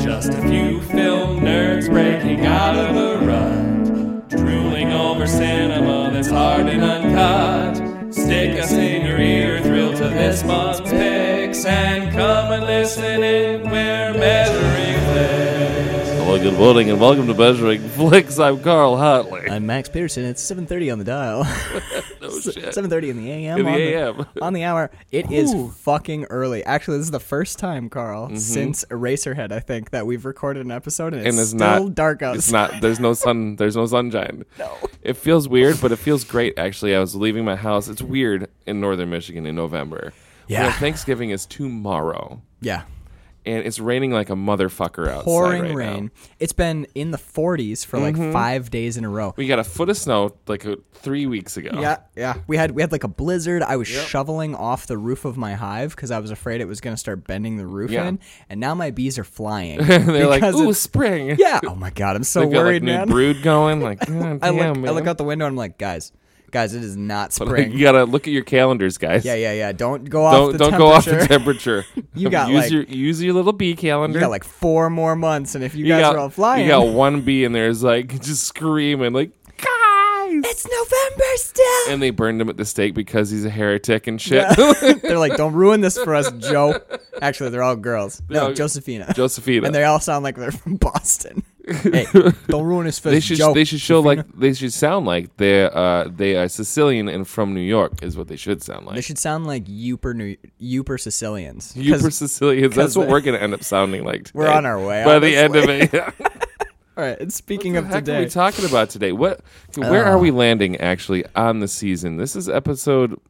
Just a few film nerds breaking out of a rut, drooling over cinema that's hard and uncut. Stick us in your ear, thrill to this month's picks, and come and listen in. We're measuring flicks. Hello, good morning, and welcome to Measuring Flicks. I'm Carl Hartley. I'm Max Peterson. It's 7:30 on the dial. Oh, shit. 7:30 in the a.m. In the on AM. on the hour. It is fucking early. Actually, this is the first time, Carl, Mm-hmm. since Eraserhead, I think, that we've recorded an episode and it's, And it's still not dark outside. It's not. There's no sun. There's no sunshine. No. It feels weird, but it feels great. Actually, I was leaving my house. It's weird in northern Michigan in November. Yeah. Where Thanksgiving is tomorrow, Yeah. and it's raining like a motherfucker outside Pouring right rain. now. Mm-hmm. It's been in the 40s for like 5 days in a row. We got a foot of snow like uh, three weeks ago. Yeah, yeah. We had we had like a blizzard. I was shoveling off the roof of my hive because I was afraid it was going to start bending the roof Yeah. in, and now my bees are flying. They're like, because ooh, it's- spring. yeah. Oh my god, I'm so They've got like worried, new man. brood going. Like, God I look, damn, man. I look out the window and I'm like, guys, guys, it is not But, spring. like, you gotta look at your calendars, guys. yeah, yeah, yeah. Don't go off Don't the don't temperature. go off the temperature. You got, use like- your use your little bee calendar. you got like four more months, and if you, You guys got- are all flying, You got one bee in there is like just screaming like guys, it's November still. and they burned him at the stake because he's a heretic and shit. they're like, don't ruin this for us, Joe. Actually, they're all girls. No, all- Josephina. Josephina. and they all sound like they're from Boston. hey, don't ruin this for They us, should Joe. they should show like they should sound like they uh they are Sicilian and from New York is what they should sound They like. should sound like Youper New Youper Sicilians. 'Cause Super Sicilians. That's 'cause what they- we're gonna end up sounding like. We're today. on our way, by the end of it. Yeah. All right. And speaking the of heck today, are we talking about today? What? Where are we landing actually on the season? This is episode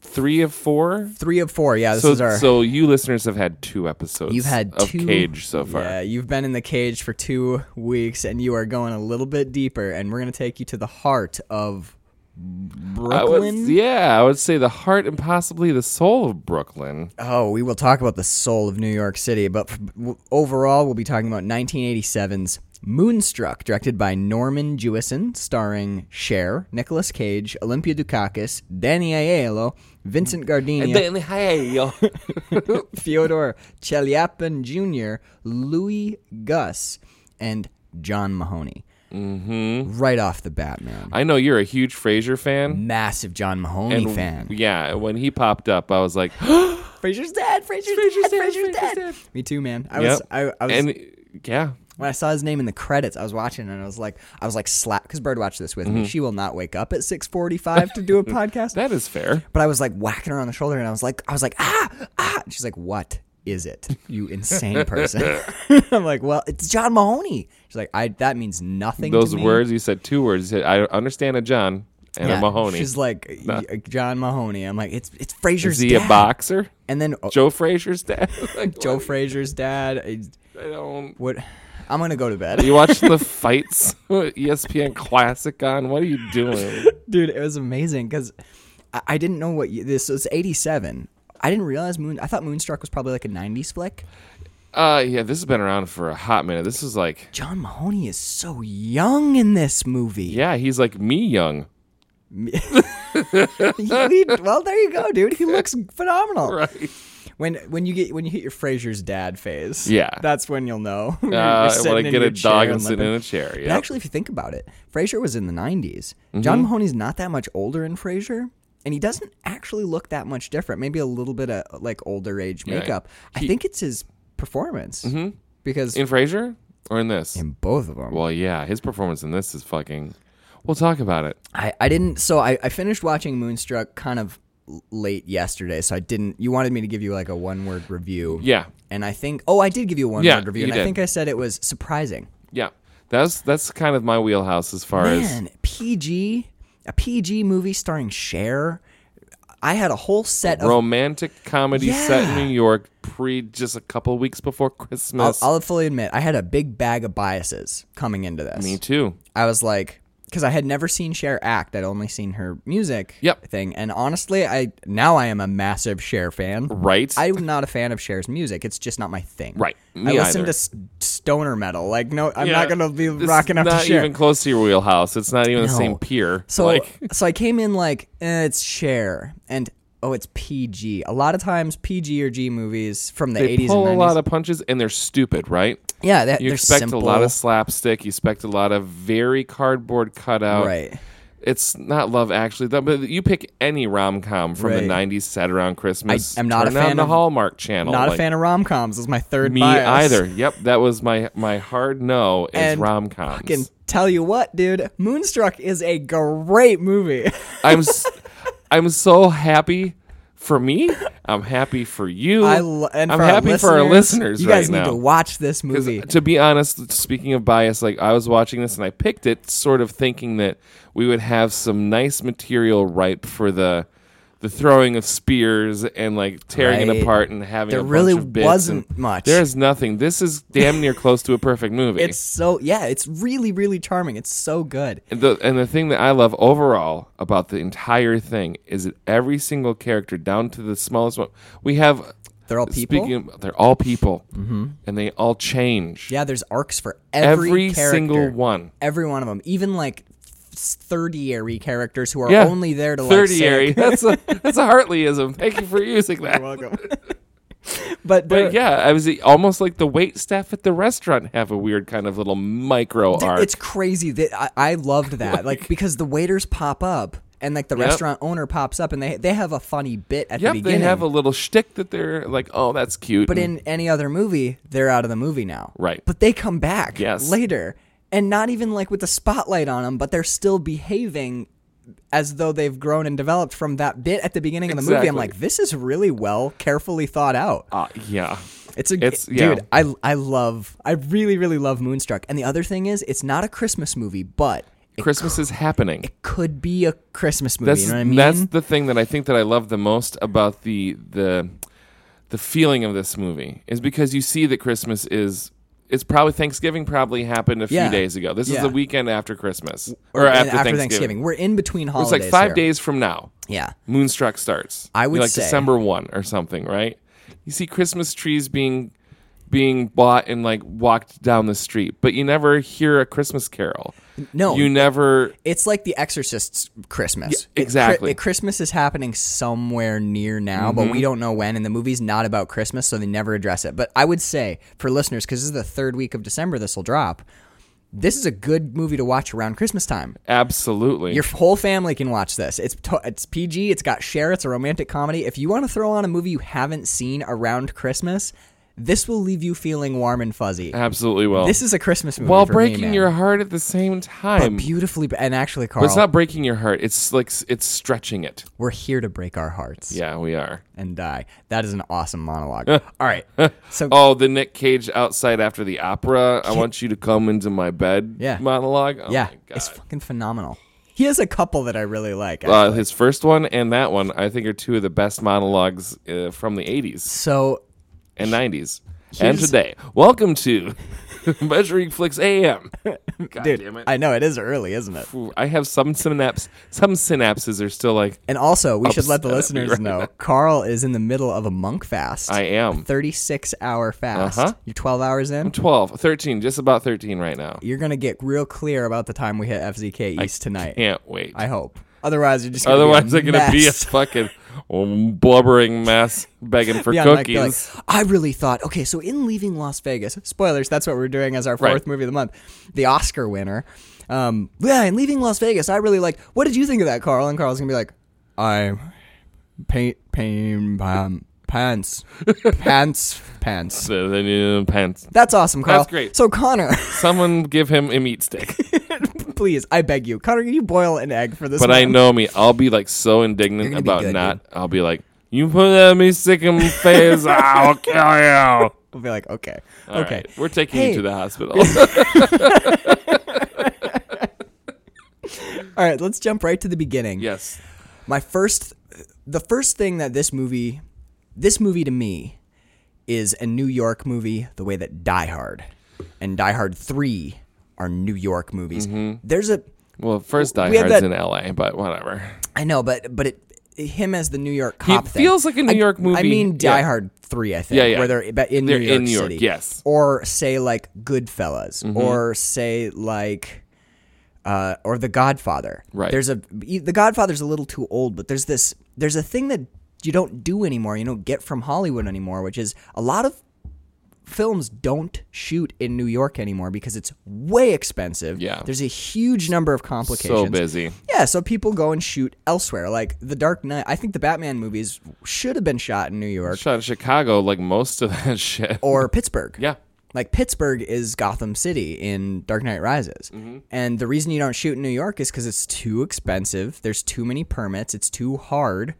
three of four. three of four. Yeah, this So, is our. so you listeners have had two episodes. You've had of two Cage so far. Yeah, you've been in the cage for two weeks, and you are going a little bit deeper. And we're gonna take you to the heart of I would, Brooklyn. yeah, I would say the heart and possibly the soul of Brooklyn. Oh, we will talk about the soul of New York City, but f- w- overall, we'll be talking about 1987's Moonstruck, directed by Norman Jewison, starring Cher, Nicolas Cage, Olympia Dukakis, Danny Aiello, Vincent Gardenia, Fyodor Chelyapin Jr., Louis Gus, and John Mahoney. Mm-hmm. Right off the bat, man. I know you're a huge Frasier fan. Massive John Mahoney fan. Yeah, when he popped up, I was like, Fraser's dead. Fraser's, Frasier's dead, dead. Fraser's Frasier's dead. dead. Me too, man. I yep. was, I, I was, and yeah, when I saw his name in the credits, I was watching and I was like, I was like slap because Bird watched this with Mm-hmm. me. She will not wake up at six forty-five to do a podcast. that is fair. but I was like whacking her on the shoulder and I was like, I was like, ah, ah. And she's like, what is it? You insane person. I'm like, well, it's John Mahoney. She's like, I that means nothing. to Those me." words you said, two words. You said, I understand a John and Yeah. a Mahoney. She's like, "Y- uh, John Mahoney. I'm like, it's it's Fraser's Is he dad. a boxer? And then oh, Joe Frazier's dad. Like, Joe what? Fraser's dad. It's- I don't. What? I'm gonna go to bed. You watching the fights? E ESPN Classic on? What are you doing? dude it was amazing because I, I didn't know what y this was 87 i didn't realize moon i thought moonstruck was probably like a 90s flick Uh, yeah, this has been around for a hot minute. This is like, john mahoney is so young in this movie yeah, he's like me young. He- well there you go dude he looks phenomenal Right. when when you get when you hit your fraser's dad phase Yeah. that's when you'll know You're Uh, sitting when I in get your a dog chair and sit in limping. a chair. But Yeah. Mm-hmm. actually, if you think about it, Frasier was in the 90s. John Mahoney's not that much older in Frasier, and he doesn't actually look that much different. Maybe a little bit of like older age makeup. I think it's his performance because in, Mm-hmm. in Frasier or in this? both of them. Well, yeah, his performance in this is fucking. We'll talk about it. I, I didn't. So I, I finished watching Moonstruck kind of l- late yesterday. So I didn't. You wanted me to give you like a one word review. Yeah, And I think. Oh, I did give you a one Yeah, word review, you and did. I think I said it was surprising. yeah. That's that's kind of my wheelhouse as far as Man, PG, a PG movie starring Cher. I had a whole set of. romantic comedy set in Yeah. New York pre just a couple weeks before Christmas. I'll, I'll fully admit, I had a big bag of biases coming into this. Me too. I was like, because I had never seen Cher act; I'd only seen her music Yep. thing. And honestly, I now I am a massive Cher fan. Right. I'm not a fan of Cher's music; it's just not my thing. Right. I Me listen either. to s- stoner metal. Like, no, I'm Yeah. not gonna be This is rocking up to Not Cher. even close to your wheelhouse. It's not even the No. same peer. So like so I came in like eh, it's Cher, and Oh, it's PG. A lot of times, PG or G movies from the They 80s pull a and 90s. lot of punches, and they're stupid, right? yeah, that, You they're expect simple. a lot of slapstick. You expect a lot of very cardboard cutout. right. It's not Love Actually, though, but you pick any rom com from Right. the '90s set around Christmas. I- I'm not a turn on fan the of- Hallmark Channel. Not a like, fan of rom coms. Is my third me bias. either. Yep, that was my my hard no is And rom coms. Fucking tell you what, dude. Moonstruck is a great movie. I'm s- I'm so happy for me. I'm happy for you. I lo- and I'm for happy our for our listeners You right guys need now. to watch this 'Cause movie. To be honest, speaking of bias, like I was watching this and I picked it, sort of thinking that we would have some nice material ripe for the the throwing of spears and like tearing Right. it apart and having There a bunch really of bits wasn't and- much. There is nothing. This is damn near close to a perfect movie. It's so yeah, it's really really charming. It's so good. And the and the thing that I love overall about the entire thing is that every single character, down to the smallest one, we have. They're all people. Speaking, of, they're all people, mm-hmm. and they all change. yeah, there's arcs for every every, character, single one. every one of them, even like thirty-ary characters who are Yeah, only there to like say- thirty-ary. that's a that's a Hartleyism. Thank you for using that. Welcome. but But but yeah, I was almost like the wait staff at the restaurant have a weird kind of little micro arc. it's crazy that I, I loved that, like, because the waiters pop up and like the Yep. restaurant owner pops up and they they have a funny bit at yep, the they beginning. have a little shtick that they're like, oh, that's cute. But and- in any other movie, they're out of the movie now. Right. But they come back Yes. later and not even like with the spotlight on them, but they're still behaving as though they've grown and developed from that bit at the beginning of the movie. I'm Exactly. like, this is really well carefully thought out. Ah, yeah, It's a it's- yeah. dude, I I love I really really love Moonstruck. And the other thing is it's not a Christmas movie, but it Christmas is happening. could be a Christmas movie, That's you know what I mean? that's the thing that I think that I love the most about the the the feeling of this movie is because you see that Christmas is it's probably Thanksgiving probably happened a few Yeah. days ago. This Yeah. is the weekend after Christmas or, Or- and after, Thanksgiving. We're in between It's holidays. like five here. days from now. Yeah. Moonstruck starts. I would like say- December one or something, right? You see Christmas trees being being bought and like walked down the street, but you never hear a Christmas carol. No. you never. It's like The Exorcist's Christmas. Yeah, It- exactly. Mm-hmm. Chri- Christmas is happening somewhere near now, but we don't know when. And the movie's not about Christmas, so they never address it. But I would say for listeners, because this is the third week of December, this will drop. This is a good movie to watch around Christmas time. Absolutely, Your whole family can watch this. It's to- it's PG. It's got share. It's a romantic comedy. If you want to throw on a movie you haven't seen around Christmas, this will leave you feeling warm and fuzzy. absolutely will. This is a Christmas movie while for me, breaking man. your heart at the same time. But, beautifully and actually, Carl, it's not breaking your heart. It's like s- it's stretching it. we're here to break our hearts. Yeah, we are. and die. That is an awesome monologue. All right. So Oh, the Nick Cage outside after the opera. I want you to come into my bed. Yeah. Monologue. Oh yeah, my God. it's fucking phenomenal. He has a couple that I really like. Uh, his first one and that one, I think, are two of the best monologues uh, from the '80s so and '90s. And Here's- today, welcome to Measuring Flicks AM. God dude, damn it! I, I know it is early, isn't it? I have some synapses. Some synapses are still like And also, we should let the Upset me listeners right know Carl is in the middle of a monk fast. I am. 36 hour fast. Uh-huh. You're 12 hours in. 12, 13, just about 13 right now. You're going to get real clear about the time we hit FZK East tonight. Can't wait. I hope. Otherwise, you're just gonna Otherwise, be a they're going to be a mess. fucking um, blubbering mess begging for Yeah, and, like, cookies. they're like, I really thought, okay, so in leaving Las Vegas, spoilers, that's what we're doing as our fourth Right. movie of the month, the Oscar winner. Um, yeah, in leaving Las Vegas, I really like, what did you think of that, Carl? And Carl's gonna be like, I paint, paint, um, pants, pants, pants. So they need uh, pants. That's awesome, Carl. That's great. So, Connor, Someone give him a meat stick. please, I beg you, Connor, can you boil an egg for this? But I month? know me. I'll be like so indignant gonna be about good, not. I'll be like, you put that meat stick in my face, I'll kill you. we'll be like, okay, All okay. right, we're taking Hey. you to the hospital. All right, let's jump right to the beginning. yes. my first the first thing that this movie this movie to me is a New York movie the way that Die Hard and Die Hard 3 are New York movies. There's a Well, first Die We had Hard's that- in L.A., but whatever. I know but but it him as the New York cop thing. feels like a New I- York movie. I mean Die Yeah. Hard 3 I think Yeah, yeah. where they're but in They're New York in New York, City. yes. Mm-hmm. Or say like Goodfellas or say like uh, or The Godfather. e, Right. There's a The Godfather's a little too old, but there's this there's a thing that you don't do anymore. You don't get from Hollywood anymore, which is a lot of films don't shoot in New York anymore because it's way expensive. Yeah. There's a huge number of complications. So busy. Yeah, so people go and shoot elsewhere. Like The Dark Knight, I think the Batman movies should have been shot in New York Shot in Chicago, like most of that shit. or Pittsburgh. Yeah. Like Pittsburgh is Gotham City in Dark Knight Rises. Mm-hmm. And the reason you don't shoot in New York is because it's too expensive. There's too many permits. It's too hard.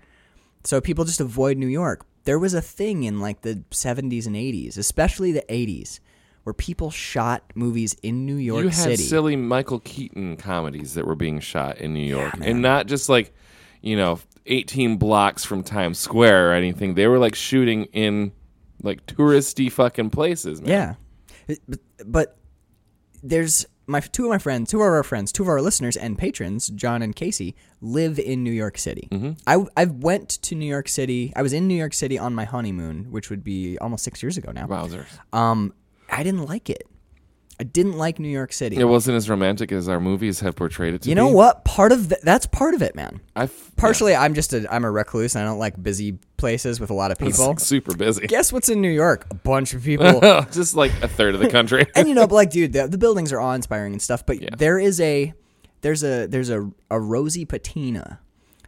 So people just avoid New York. There was a thing in like the 70s and 80s, especially the 80s, where people shot movies in New York you had City. silly Michael Keaton comedies that were being shot in New York, and not just like you know eighteen blocks from Times Square or anything. They were like shooting in like touristy fucking places. Man. Yeah, It- but, but there's my two of my friends, two of our friends, two of our listeners and patrons, John and Casey, live in New York City. Mm-hmm. I I went to New York City. I was in New York City on my honeymoon, which would be almost six years ago now. Wowzers! Um, I didn't like it. I didn't like New York City. It wasn't as romantic as our movies have portrayed it to you be. know what? Part of th- that's part of it, man. I f- Partially, I'm just a I'm a recluse. And I don't like busy places with a lot of yeah, it's, people. like, super busy. Guess what's in New York? A bunch of people. just like a third of the country. and you know, but like, dude, the, the buildings are awe-inspiring and stuff. But there is a there's a there's a a rosy patina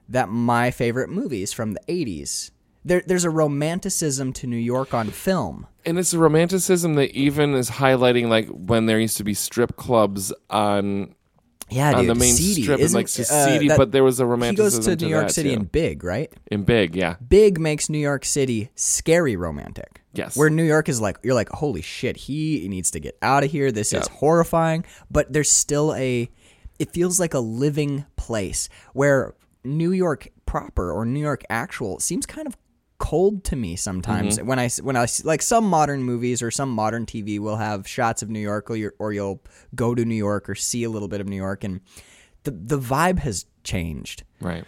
that my favorite movies from the '80s. There, there's a romanticism to New York on film. and it's a romanticism that even is highlighting like when there used to be strip clubs on Yeah, on dude. the main seedy. strip and Isn't- like just uh, seedy, that- but there was a he romanticism goes to New York that, City too. in Big, right? in big, yeah. Big makes New York City scary romantic. Yes. Where New York is like, you're like, holy shit, he needs to get out of here. This is horrifying. But there's still a, it feels like a living place where New York proper or New York actual seems kind of cold to me sometimes when I s- when I s- like some modern movies or some modern TV will have shots of New York or, you or you'll go to New York or see a little bit of New York and the the vibe has changed Right.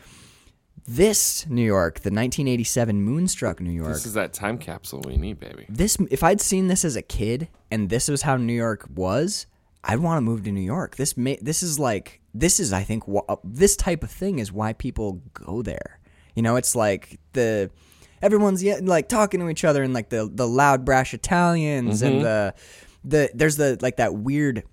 this New York, the 1987 Moonstruck New York. This is that time capsule we need, baby. This, if I'd seen this as a kid and this was how New York was, I'd want to move to New York. This may, this is like this is I think wh- this type of thing is why people go there. You know, it's like the everyone's yeah, like talking to each other and like the the loud brash Italians Mm-hmm. and the the there's the like that weird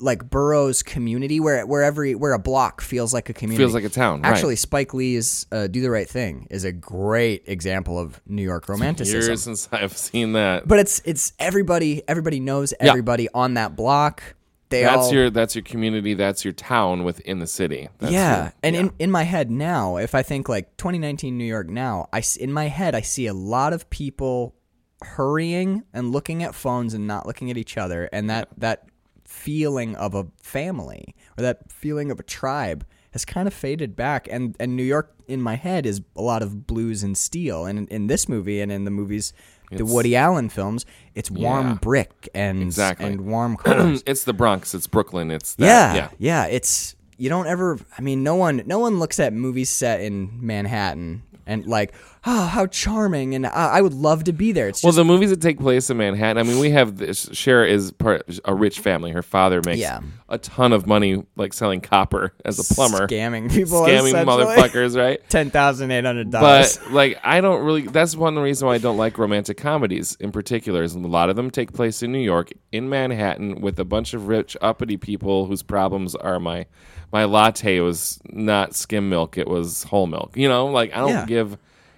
like boroughs community where where every where a block feels like a community Feels like a town, right. Actually, Spike Lee's uh, "Do the Right Thing" is a great example of New York romanticism. Years since I've seen that. But it's it's everybody everybody knows everybody on that block. They that's all your that's your community. That's your town within the city. That's yeah. your- and in in my head now, if I think like 2019 New York now, I s- in my head I see a lot of people hurrying and looking at phones and not looking at each other, and that that feeling of a family or that feeling of a tribe has kind of faded back and and New York in my head is a lot of blues and steel and in, in this movie and in the movies the Woody Allen films it's warm Yeah. brick and Exactly. and warm colors it's the Bronx. It's Brooklyn. It's that, Mm. yeah, yeah. yeah, It's you don't ever. I mean, no one, no one looks at movies set in Manhattan and like, oh, how charming, and I, I would love to be there. It's Well, just the movies that take place in Manhattan. I mean, we have this. Cher is part a rich family. Her father makes Yeah. a ton of money, like selling copper as a plumber, scamming people, scamming essentially. motherfuckers, right? ten thousand eight hundred dollars. But like, I don't really. That's one reason why I don't like romantic comedies in particular. Is a lot of them take place in New York, in Manhattan, with a bunch of rich uppity people whose problems are my my latte was not skim milk; it was whole milk. You know, like I don't Yeah. give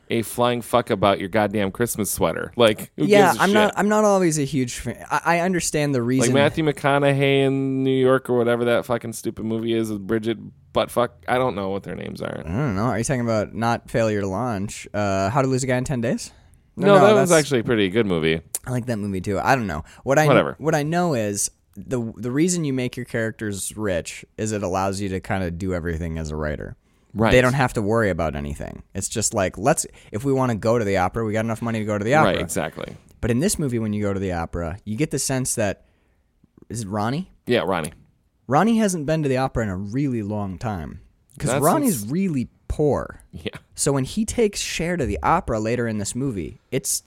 a flying fuck about your goddamn Christmas sweater. Like, who yeah, gives a I'm shit? not. I'm not always a huge fan. I, I understand the like reason. Matthew McConaughey in New York or whatever that fucking stupid movie is with Bridget Buttfuck. I don't know what their names are. I don't know. Are you talking about not failure to launch? Uh, how to lose a guy in ten days? No, that was that's- actually a pretty good movie. I like that movie too. I don't know what I Whatever. what I know is the the reason you make your characters rich is it allows you to kind of do everything as a writer. Right. They don't have to worry about anything. It's just like let's if we want to go to the opera, we got enough money to go to the opera. Right, exactly. But in this movie, when you go to the opera, you get the sense that is it Ronnie. Yeah, Ronnie. Ronnie hasn't been to the opera in a really long time because That's- Ronnie's really poor. Yeah. So when he takes Cher to the opera later in this movie, it's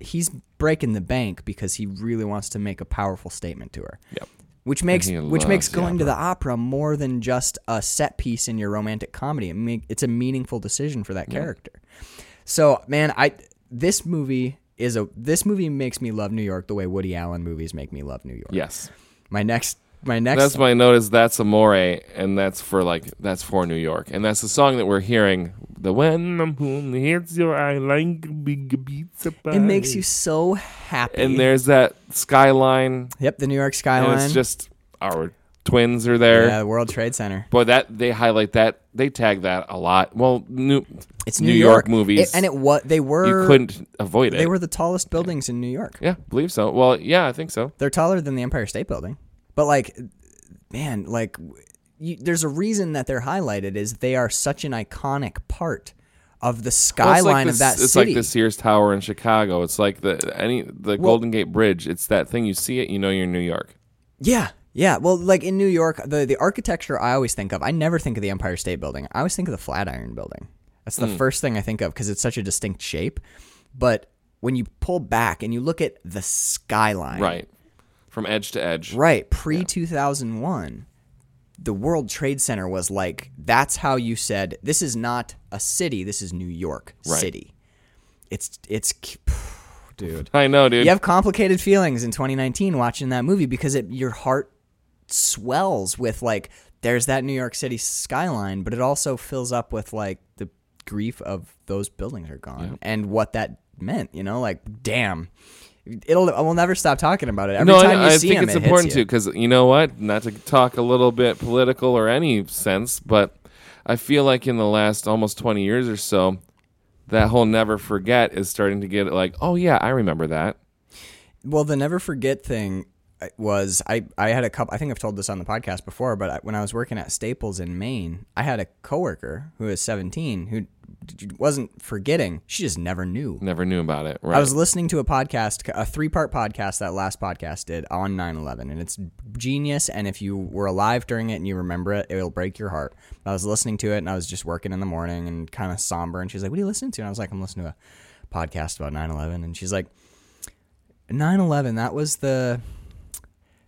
he's breaking the bank because he really wants to make a powerful statement to her. Yep. Which makes he which makes loves the going to the opera more than just a set piece in your romantic comedy. It make, it's a meaningful decision for that character. So, man, I this movie is a this movie makes me love New York the way Woody Allen movies make me love New York. Yes. My next my next That's my note is that's Amore, and that's for like that's for New York, and that's the song that we're hearing. The when I'm home, here's your I like big pizza pie. it makes you so happy. And there's that skyline, Yep, the New York and skyline. it's just our twins are there. yeah, the World Trade Center. Boy, that they highlight that they tag that a lot. Well, New It's New York movies. It- and it what they were you couldn't avoid it. they were the tallest buildings in New York. yeah, believe so. Well, yeah, I think so. They're taller than the Empire State Building. But like man, like you, there's a reason that they're highlighted is they are such an iconic part of the Well, skyline it's like of this- that It's city. like the Sears Tower in Chicago. It's like the any the Golden Gate Bridge. It's that thing you see it, you know you're in New York. Yeah. Yeah. Well, like in New York, the, the architecture I always think of, I never think of the Empire State Building. I always think of the Flatiron Building. That's Hmm. the first thing I think of because it's such a distinct shape. But when you pull back and you look at the skyline, Right. From edge to edge. Right. Pre 2001, the World Trade Center was like, that's how you said, this is not a city, this is New York Right. City. It's, it's, dude I know, dude. you have complicated feelings in 2019 watching that movie because it your heart swells with like there's that New York City skyline, but it also fills up with like the grief of those buildings are gone and what that meant. You know, like damn, it'll I will never stop talking about it. Every no, time I, you I see think him, it's it hits important you. too, because you know what? Not to talk a little bit political or any sense, but I feel like in the last almost 20 years or so, that whole never forget is starting to get like, oh yeah, I remember that. Well, the never forget thing uh, was I, I had a couple. I think I've told this on the podcast before, but I, when I was working at Staples in Maine, I had a coworker who was 17 who d- d- wasn't forgetting. She just never knew. Never knew about it. Right. I was listening to a podcast, a three part podcast that last podcast did on 9 11, and it's genius. And if you were alive during it and you remember it, it'll break your heart. I was listening to it and I was just working in the morning and kind of somber. And she's like, What are you listening to? And I was like, I'm listening to a podcast about 9 11. And she's like, 9 11, that was the.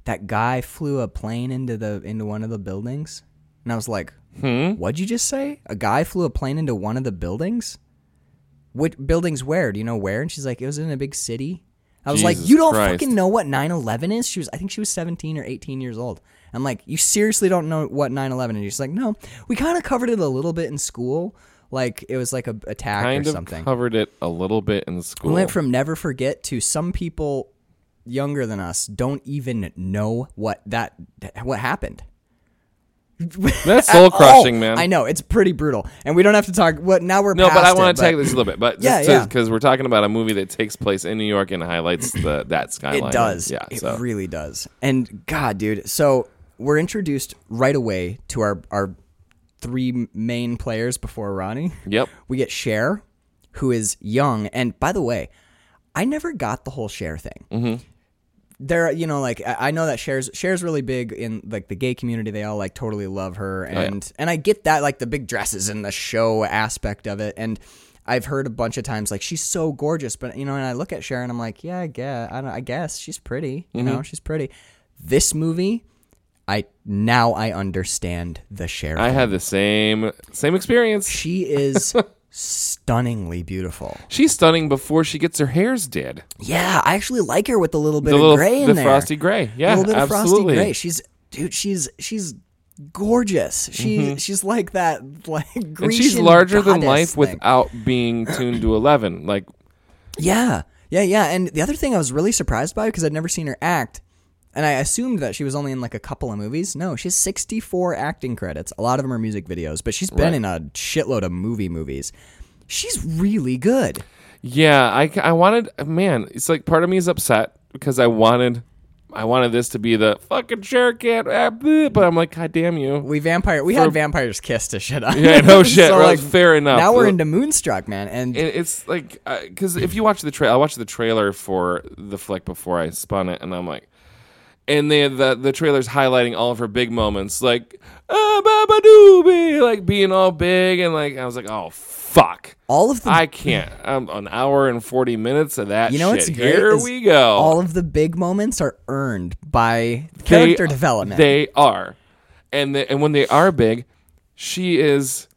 That guy flew a plane into the into one of the buildings, and I was like, Hmm? "What'd you just say? A guy flew a plane into one of the buildings?" what buildings where? Do you know where? And she's like, it was in a big city. I was like, Jesus you don't Christ. fucking know what 9/11 is. She was, I think she was 17 or 18 years old. I'm like, you seriously don't know what 9/11 is? She's like, no, we kind of covered it a little bit in school, like it was like a attack kind or of something. covered it a little bit in school. We went from never forget to some people younger than us don't even know what that what happened. That's soul crushing, Oh, man. I know it's pretty brutal, and we don't have to talk. What now? We're No, but I want want to tag this a little bit, but Yeah, just yeah. because we're talking about a movie that takes place in New York and highlights the that skyline. It does. yeah. It so really does. And God, dude. So we're introduced right away to our our three main players before Ronnie. yep, We get Cher, who is young. And by the way, I never got the whole Cher thing. Mm-hmm. There, you know, like I I know that Cher's Cher's really big in like the gay community. They all like totally love her, and and I get that like the big dresses and the show aspect of it. And I've heard a bunch of times like she's so gorgeous, but you know, and I look at Cher and I'm like, yeah, I guess I, don't, I guess she's pretty. You know, she's pretty. This movie, I now I understand the Cher. I had the same same experience. She is stunningly beautiful. She's stunning before she gets her hairs did. Yeah, I actually like her with a little bit The little of gray in the there. frosty gray. a Yeah, little bit of absolutely. frosty gray. She's dude. She's she's gorgeous. She she's like that like Grecian Mm-hmm. and she's larger than goddess life thing. without being tuned to eleven. Like Yeah, yeah, yeah. And the other thing I was really surprised by because I'd never seen her act, and I assumed that she was only in like a couple of movies. No, she has 64 acting credits. A lot of them are music videos, but she's been Right. in a shitload of movie movies. She's really good. Yeah, I, I wanted man. It's like part of me is upset because I wanted I wanted this to be the fucking sure can't ah, bleh," but I'm like god damn you. We vampire. We had vampires kiss to shit on. Yeah, no shit, right, fair enough. Now we're into Moonstruck, man, and It, it's like because if you watch the trail, I watched the trailer for the flick before I spun it, and I'm like. And the, the the trailer's highlighting all of her big moments, like ah, Babadoobie, like being all big, and like I was like, oh fuck, all of the I can't. I'm an hour and forty minutes of that. you know shit. what's great Here is we go. All of the big moments are earned by They- character development. They are, and the, and when they are big, she is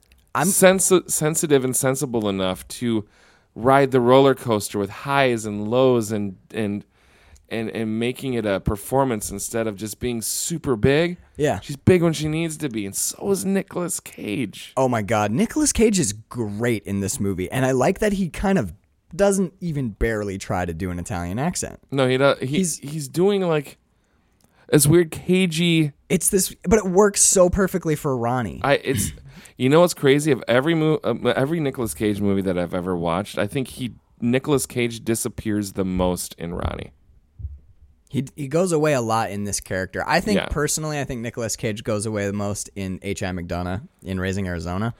sensi- sensitive and sensible enough to ride the roller coaster with highs and lows and and and and making it a performance instead of just being super big. Yeah. She's big when she needs to be, and so is Nicolas Cage. Oh my god, Nicolas Cage is great in this movie, and I like that he kind of doesn't even barely try to do an Italian accent. No, he does. He's- he's he's doing like this weird cagey. It's this, but it works so perfectly for Ronnie. I it's you know what's crazy of every mo- uh, every Nicolas Cage movie that I've ever watched. I think he Nicolas Cage disappears the most in Ronnie. He he goes away a lot in this character. I think Yeah. personally, I think Nicolas Cage goes away the most in H.I. McDonough in Raising Arizona.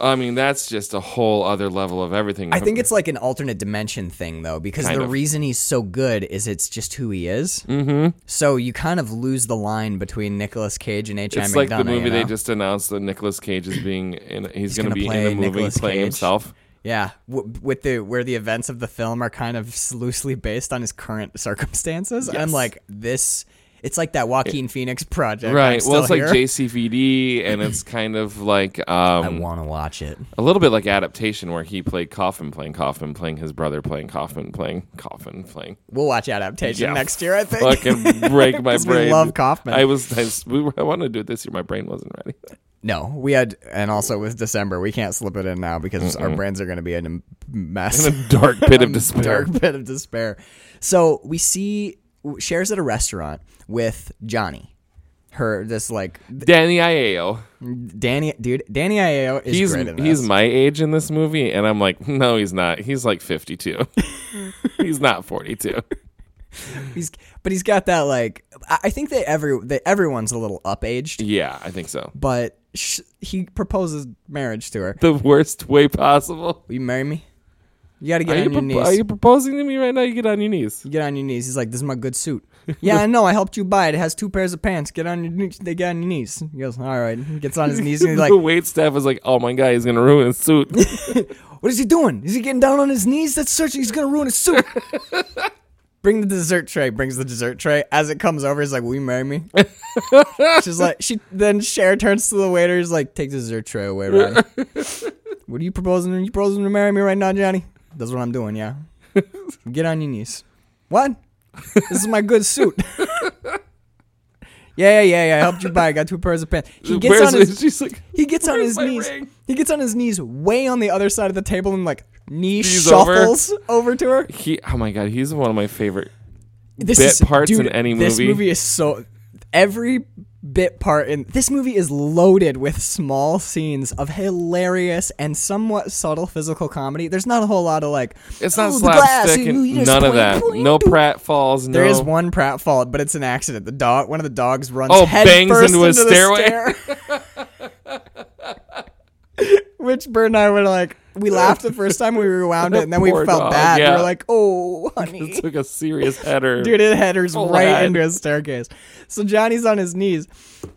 I mean, that's just a whole other level of everything. I think it's like an alternate dimension thing though, because Kind the of. reason he's so good is it's just who he is. Mm-hmm. So you kind of lose the line between Nicolas Cage and H.I. It's McDonough. like the movie you they know? just announced that Nicolas Cage is being in. He's, going to gonna be in play the movie Nicolas playing Cage. himself. yeah, w- with the where the events of the film are kind of loosely based on his current circumstances. I'm Yes. like this. It's like that Joaquin Phoenix project, I'm Right. Well, still it's like here. JCVD, and it's kind of like I um, want to watch it. a little bit like adaptation, where he played Coffin, playing Coffin, playing his brother, playing Coffin, playing Coffin, playing. We'll watch adaptation Yeah, next year. I think. Fucking break my 'Cause we brain. love Kaufman. I was. I, was- we were, I wanted to do it this year. My brain wasn't ready. No, we had, and also with December, we can't slip it in now because our brains are going to be in a mess, In a dark pit of despair. dark pit of despair. So we see shares at a restaurant with Johnny. Her, this like Danny Aiello. Danny, dude, Danny Aiello is He's great in he's this. my age in this movie, and I'm like, no, he's not. He's like 52. he's not 42. He's, but he's got that like. I I think that every that everyone's a little up aged, Yeah, I think so. but sh- he proposes marriage to her. The worst way possible. Will you marry me? You got to Are get you, on propo- your knees. are you proposing to me right now? You get on your knees. You get on your knees. He's like, "This is my good suit." yeah, I know. I helped you buy it. It has two pairs of pants. Get on your knees. They get on your knees. He goes, "All right." He gets on his knees and he's like, the wait staff is like, oh my god, he's gonna ruin his suit. "What is he doing? Is he getting down on his knees? That's searching. He's gonna ruin his suit." Bring the dessert tray. Brings the dessert tray. As it comes over, he's like, "Will you marry me?" She's like, she then Cher turns to the waiter. He's like, "Take the dessert tray away, Ronnie." what are you proposing? Are you proposing to marry me right now, Johnny? That's what I'm doing. Yeah. Get on your knees. What? This is my good suit. yeah, yeah, yeah, yeah. I helped you buy. I got two pairs of pants. He gets Where's on his. she's like, He gets on "Where's his my knees. ring?" He gets on his knees way on the other side of the table and like knee Knees over. shuffles over. to her. He, oh my god, he's one of my favorite. This Bit is parts dude, in any This movie. movie is so every bit part in this movie is loaded with small scenes of hilarious and somewhat subtle physical comedy. There's not a whole lot of like It's not "Ooh, Oh, the glass, slapstick, ooh, you and just none of point, that. point, No do." Pratt falls. No, There is one pratfall, but it's an accident. The dog, one of the dogs, runs Oh, head bangs first into a the stairway. stair. Which Bert and I were like, we laughed the first time we rewound it, and then we Poor felt dog, bad. We yeah. were like, oh, honey. It took a serious header. Dude, it headers Full right head. into a staircase. So Johnny's on his knees,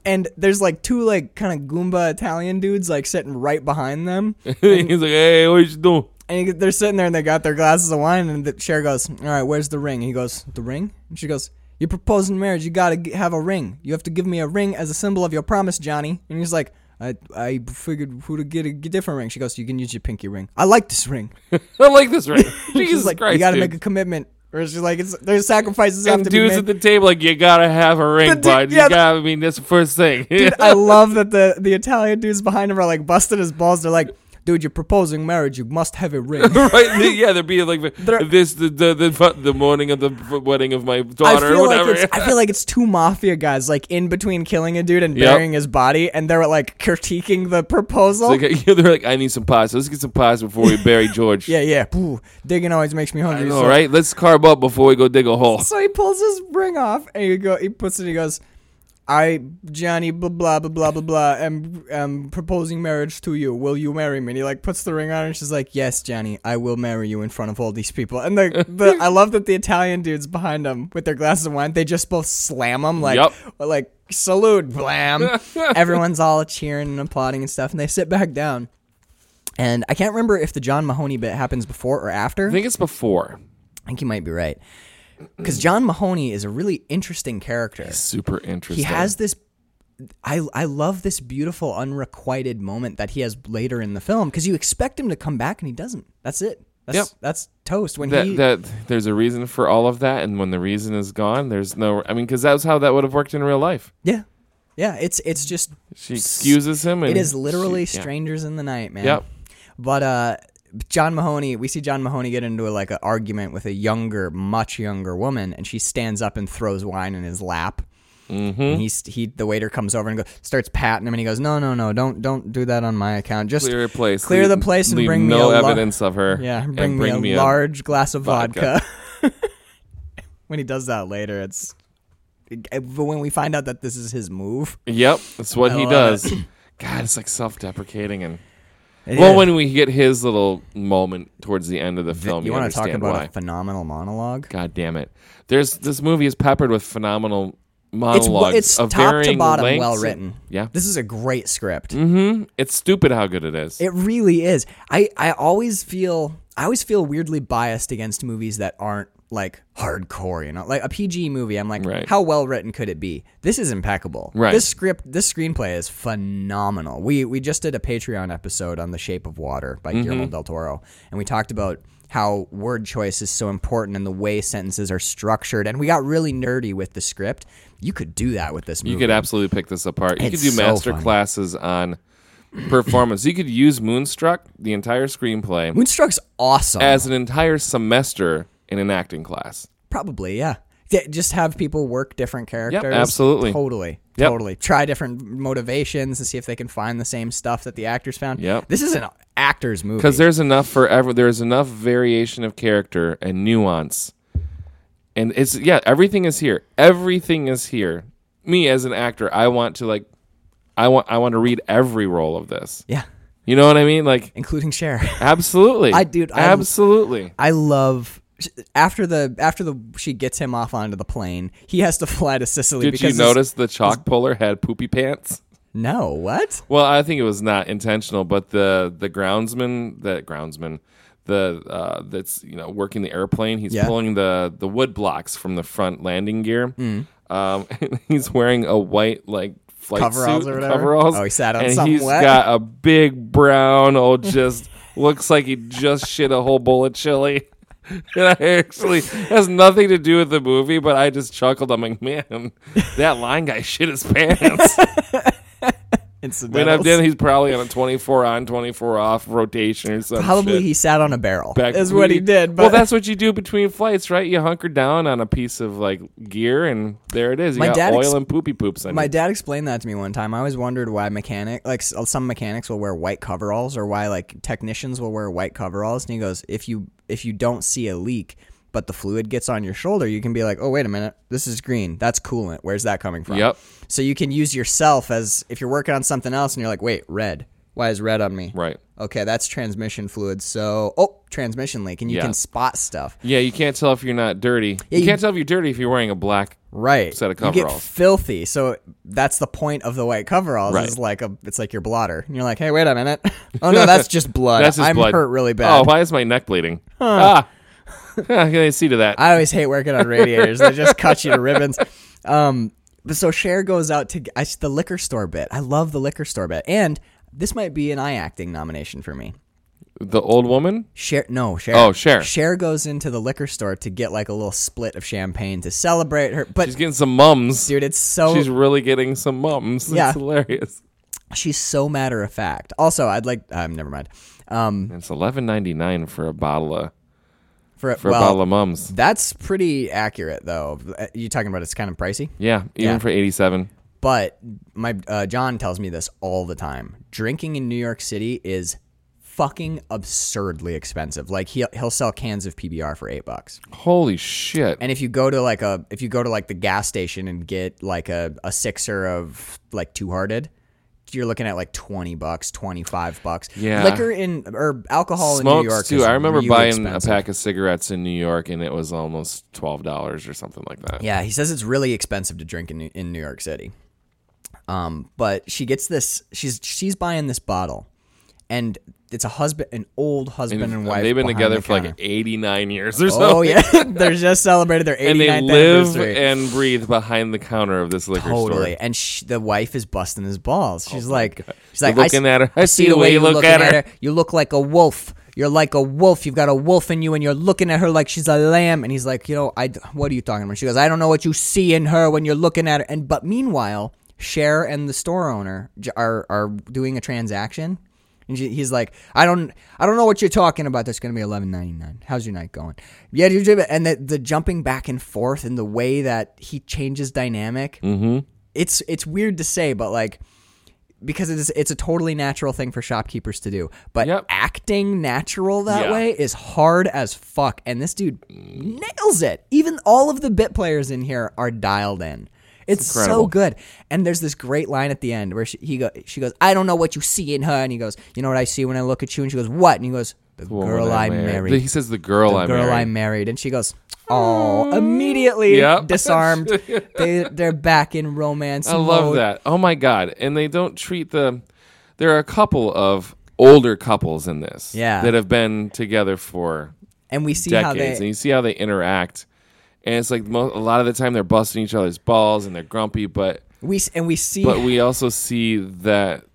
and there's like two like kind of Goomba Italian dudes like sitting right behind them, he's like, hey, what you doing? and he- they're sitting there and they got their glasses of wine, and the chair goes, "All right, where's the ring?" He goes, "The ring." And she goes, "You're proposing marriage. You gotta g- have a ring. You have to give me a ring as a symbol of your promise, Johnny." And he's like, "I I figured who to get a g- different ring." She goes, "You can use your pinky ring. I like this ring." I like this ring. She's Jesus like, Christ, "You gotta dude. make a commitment." Or she's like, it's, "There's sacrifices have and to be dudes made." at the table like you gotta have a ring, dude- bud. you yeah, the- gotta I mean that's the first thing. Dude, I love that the the Italian dudes behind him are like busting his balls. They're like, dude, you're proposing marriage. You must have a ring. right? they- Yeah, they're being like They're- this the, the the the morning of the f- wedding of my I daughter or feel, like whatever. it's, I feel like it's two mafia guys like in between killing a dude and Yep. burying his body, and they're like critiquing the proposal. It's like, yeah, they're like, I need some pasta. Let's get some pasta before we bury George. yeah, yeah. Ooh, digging always makes me I hungry. know, so, right? Let's carve up before we go dig a hole. so he pulls his ring off and he go he puts it. He goes, I Johnny blah blah blah blah blah blah. Am am proposing marriage to you. Will you marry me? And he like puts the ring on, and she's like, Yes, Johnny, I will marry you in front of all these people. And the, the I love that the Italian dudes behind him with their glasses of wine, they just both slam him like Yup. like salute blam. Everyone's all cheering and applauding and stuff, and they sit back down. And I can't remember if the John Mahoney bit happens before or after. I think it's before. I think you might be right. Because John Mahoney is a really interesting character. Super interesting. He has this. I, I love this beautiful unrequited moment that he has later in the film because you expect him to come back and he doesn't. That's it. That's, Yep. that's toast. When that he that there's a reason for all of that, and when the reason is gone, there's no. I mean, because that's how that would have worked in real life. yeah, yeah. It's it's just She excuses him, and it is literally she- yeah. strangers in the night, man. Yep. But uh, John Mahoney, we see John Mahoney get into a, like an argument with a younger, much younger woman, and she stands up and throws wine in his lap. Mm-hmm. And he's he the waiter comes over and goes starts patting him, and he goes, "No, no, no, don't don't do that on my account. Just Clear a place. clear Leave- the place, and leave bring no me a lo- evidence of her. yeah, and bring, me, a, large glass of vodka. vodka." when he does that later, it's eh, but when we find out that this is his move. Yep, that's what I he love does. God, it's like self-deprecating and. It Well, is. when we get his little moment towards the end of the film, you you, want to talk understand about why. a phenomenal monologue? God damn it! There's this movie is peppered with phenomenal monologues it's of it's top to varying bottom lengths. well written. Yeah, This is a great script. Mm-hmm. it's stupid how good it is. It really is. I, I always feel I always feel weirdly biased against movies that aren't like hardcore, you know. Like a PG movie, I'm like, Right. how well written could it be? This is impeccable. Right. This script, this screenplay is phenomenal. We we just did a Patreon episode on The Shape of Water Mm-hmm. by Guillermo del Toro, and we talked about how word choice is so important and the way sentences are structured, and we got really nerdy with the script. You could do that with this movie. You could absolutely pick this apart. You It's could do so master funny. classes on performance. you could use Moonstruck, the entire screenplay, Moonstruck's awesome. as an entire semester in an acting class. Probably, yeah. Th- Just have people work different characters. absolutely. Totally. Yep. Totally. Try different motivations and see if they can find the same stuff that the actors found. Yep. This is an actor's movie. Because there's enough for ever. There's enough variation of character and nuance, and it's yeah. Everything is here. Everything is here. Me as an actor, I want to like, I want I want to read every role of this. yeah, You know what I mean? Like including Cher. absolutely. I- dude, I- absolutely. I love after the after the she gets him off onto the plane, he has to fly to Sicily Did you because his- notice the chalk puller had poopy pants? No, what? Well, I think it was not intentional, but the the groundsman, the groundsman, the uh, that's you know working the airplane, he's Yeah. pulling the the wood blocks from the front landing gear. Hmm. Um, and he's wearing a white like flight Coveralls suit, or whatever? coveralls. Oh, he sat on and something he's wet? got a big brown old just looks like he just shit a whole bowl of chili. And I actually it has nothing to do with the movie, but I just chuckled. I'm like, man, that line guy shit his pants. I mean, Incidentals. I've done. He's probably on a twenty-four on, twenty-four off rotation or something. Probably he sat on a barrel. Back is what he did. But well, that's what you do between flights, right? You hunker down on a piece of like gear, and there it is. You My got dad oil ex- and poopy poops on My it. dad explained that to me one time. I always wondered why mechanic, like s- some mechanics, will wear white coveralls, or why like technicians will wear white coveralls. And he goes, if you if you don't see a leak, but the fluid gets on your shoulder, you can be like, oh wait a minute, this is green. That's coolant. Where's that coming from? Yep. So you can use yourself as if you're working on something else, and you're like, wait, red. Why is red on me? Right. Okay, that's transmission fluid. So oh, transmission leak, and you Yeah. can spot stuff. Yeah, you can't tell if you're not dirty. you, you- can't tell if you're dirty if you're wearing a black. Right. Set of You get coveralls. filthy. So that's the point of the white coveralls. Right. Is like a, it's like your blotter. And you're like, hey, wait a minute. Oh no, that's just blood. That's just I'm blood. hurt really bad. Oh, why is my neck bleeding? Ah, can I see to that? I always hate working on radiators. they just cut you to ribbons. Um, but so Cher goes out to I, the liquor store bit. I love the liquor store bit, and this might be an eye acting nomination for me. the old woman. Cher, no, Cher. Oh, Cher. Cher goes into the liquor store to get like a little split of champagne to celebrate her. But She's getting some mums. dude, it's so She's really getting some mums. Yeah. It's hilarious. She's so matter of fact. Also, I'd like. Um, never mind. Um, It's eleven ninety nine for a bottle of for, for well, a bottle of mums. that's pretty accurate though. Uh, You talking about it's kind of pricey, Yeah, even Yeah. for eighty seven. but my uh, John tells me this all the time. Drinking in New York City is fucking absurdly expensive. Like he he'll sell cans of PBR for eight bucks. Holy shit. And if you go to like a if you go to like the gas station and get like a a sixer of like Two Hearted. You're looking at like twenty bucks, twenty five bucks. Yeah. liquor in or alcohol in New York. Smokes too. is I remember really buying expensive. a pack of cigarettes in New York and it was almost twelve dollars or something like that. Yeah, he says it's really expensive to drink in New, in New York City. Um, but she gets this. She's she's buying this bottle, and it's a husband, an old husband and, wife. They've been behind together the for like counter. eighty nine years or so. Oh yeah, they're just celebrated their 89th And they live anniversary. and breathe behind the counter of this liquor totally. store. And sh the wife is busting his balls. She's like, she's Oh You're like, I looking s- at her. I see the way you look at her. You look like a wolf. You're like a wolf. You've got a wolf in you, and you're looking at her like she's a lamb. And he's like, you know, I. What are you talking about? She goes, I don't know what you see in her when you're looking at her. And but meanwhile, Cher and the store owner j- are are doing a transaction, and she, he's like, I don't, I don't know what you're talking about. That's going to be eleven ninety nine. How's your night going? Yeah, you did it." and the, the jumping back and forth and the way that he changes dynamic. Mm-hmm. It's it's weird to say, but like because it's it's a totally natural thing for shopkeepers to do. But Yep. acting natural that Yeah. way is hard as fuck. And this dude nails it. Even all of the bit players in here are dialed in. It's so incredible. good. And there's this great line at the end where she, he go, she goes, I don't know what you see in her. And he goes, You know what I see when I look at you? And she goes, What? And he goes, The Woman girl I married. He says Oh, the girl I girl married. I married. And she goes, Oh, immediately Yep. disarmed. they, they're back in romance. I love mode. that. Oh my god! And they don't treat the. There are a couple of older couples in this. Yeah. That have been together for And we see how decades, they. and you see how they interact. And it's like mo- a lot of the time they're busting each other's balls and they're grumpy, but We s- and we see, but we also see that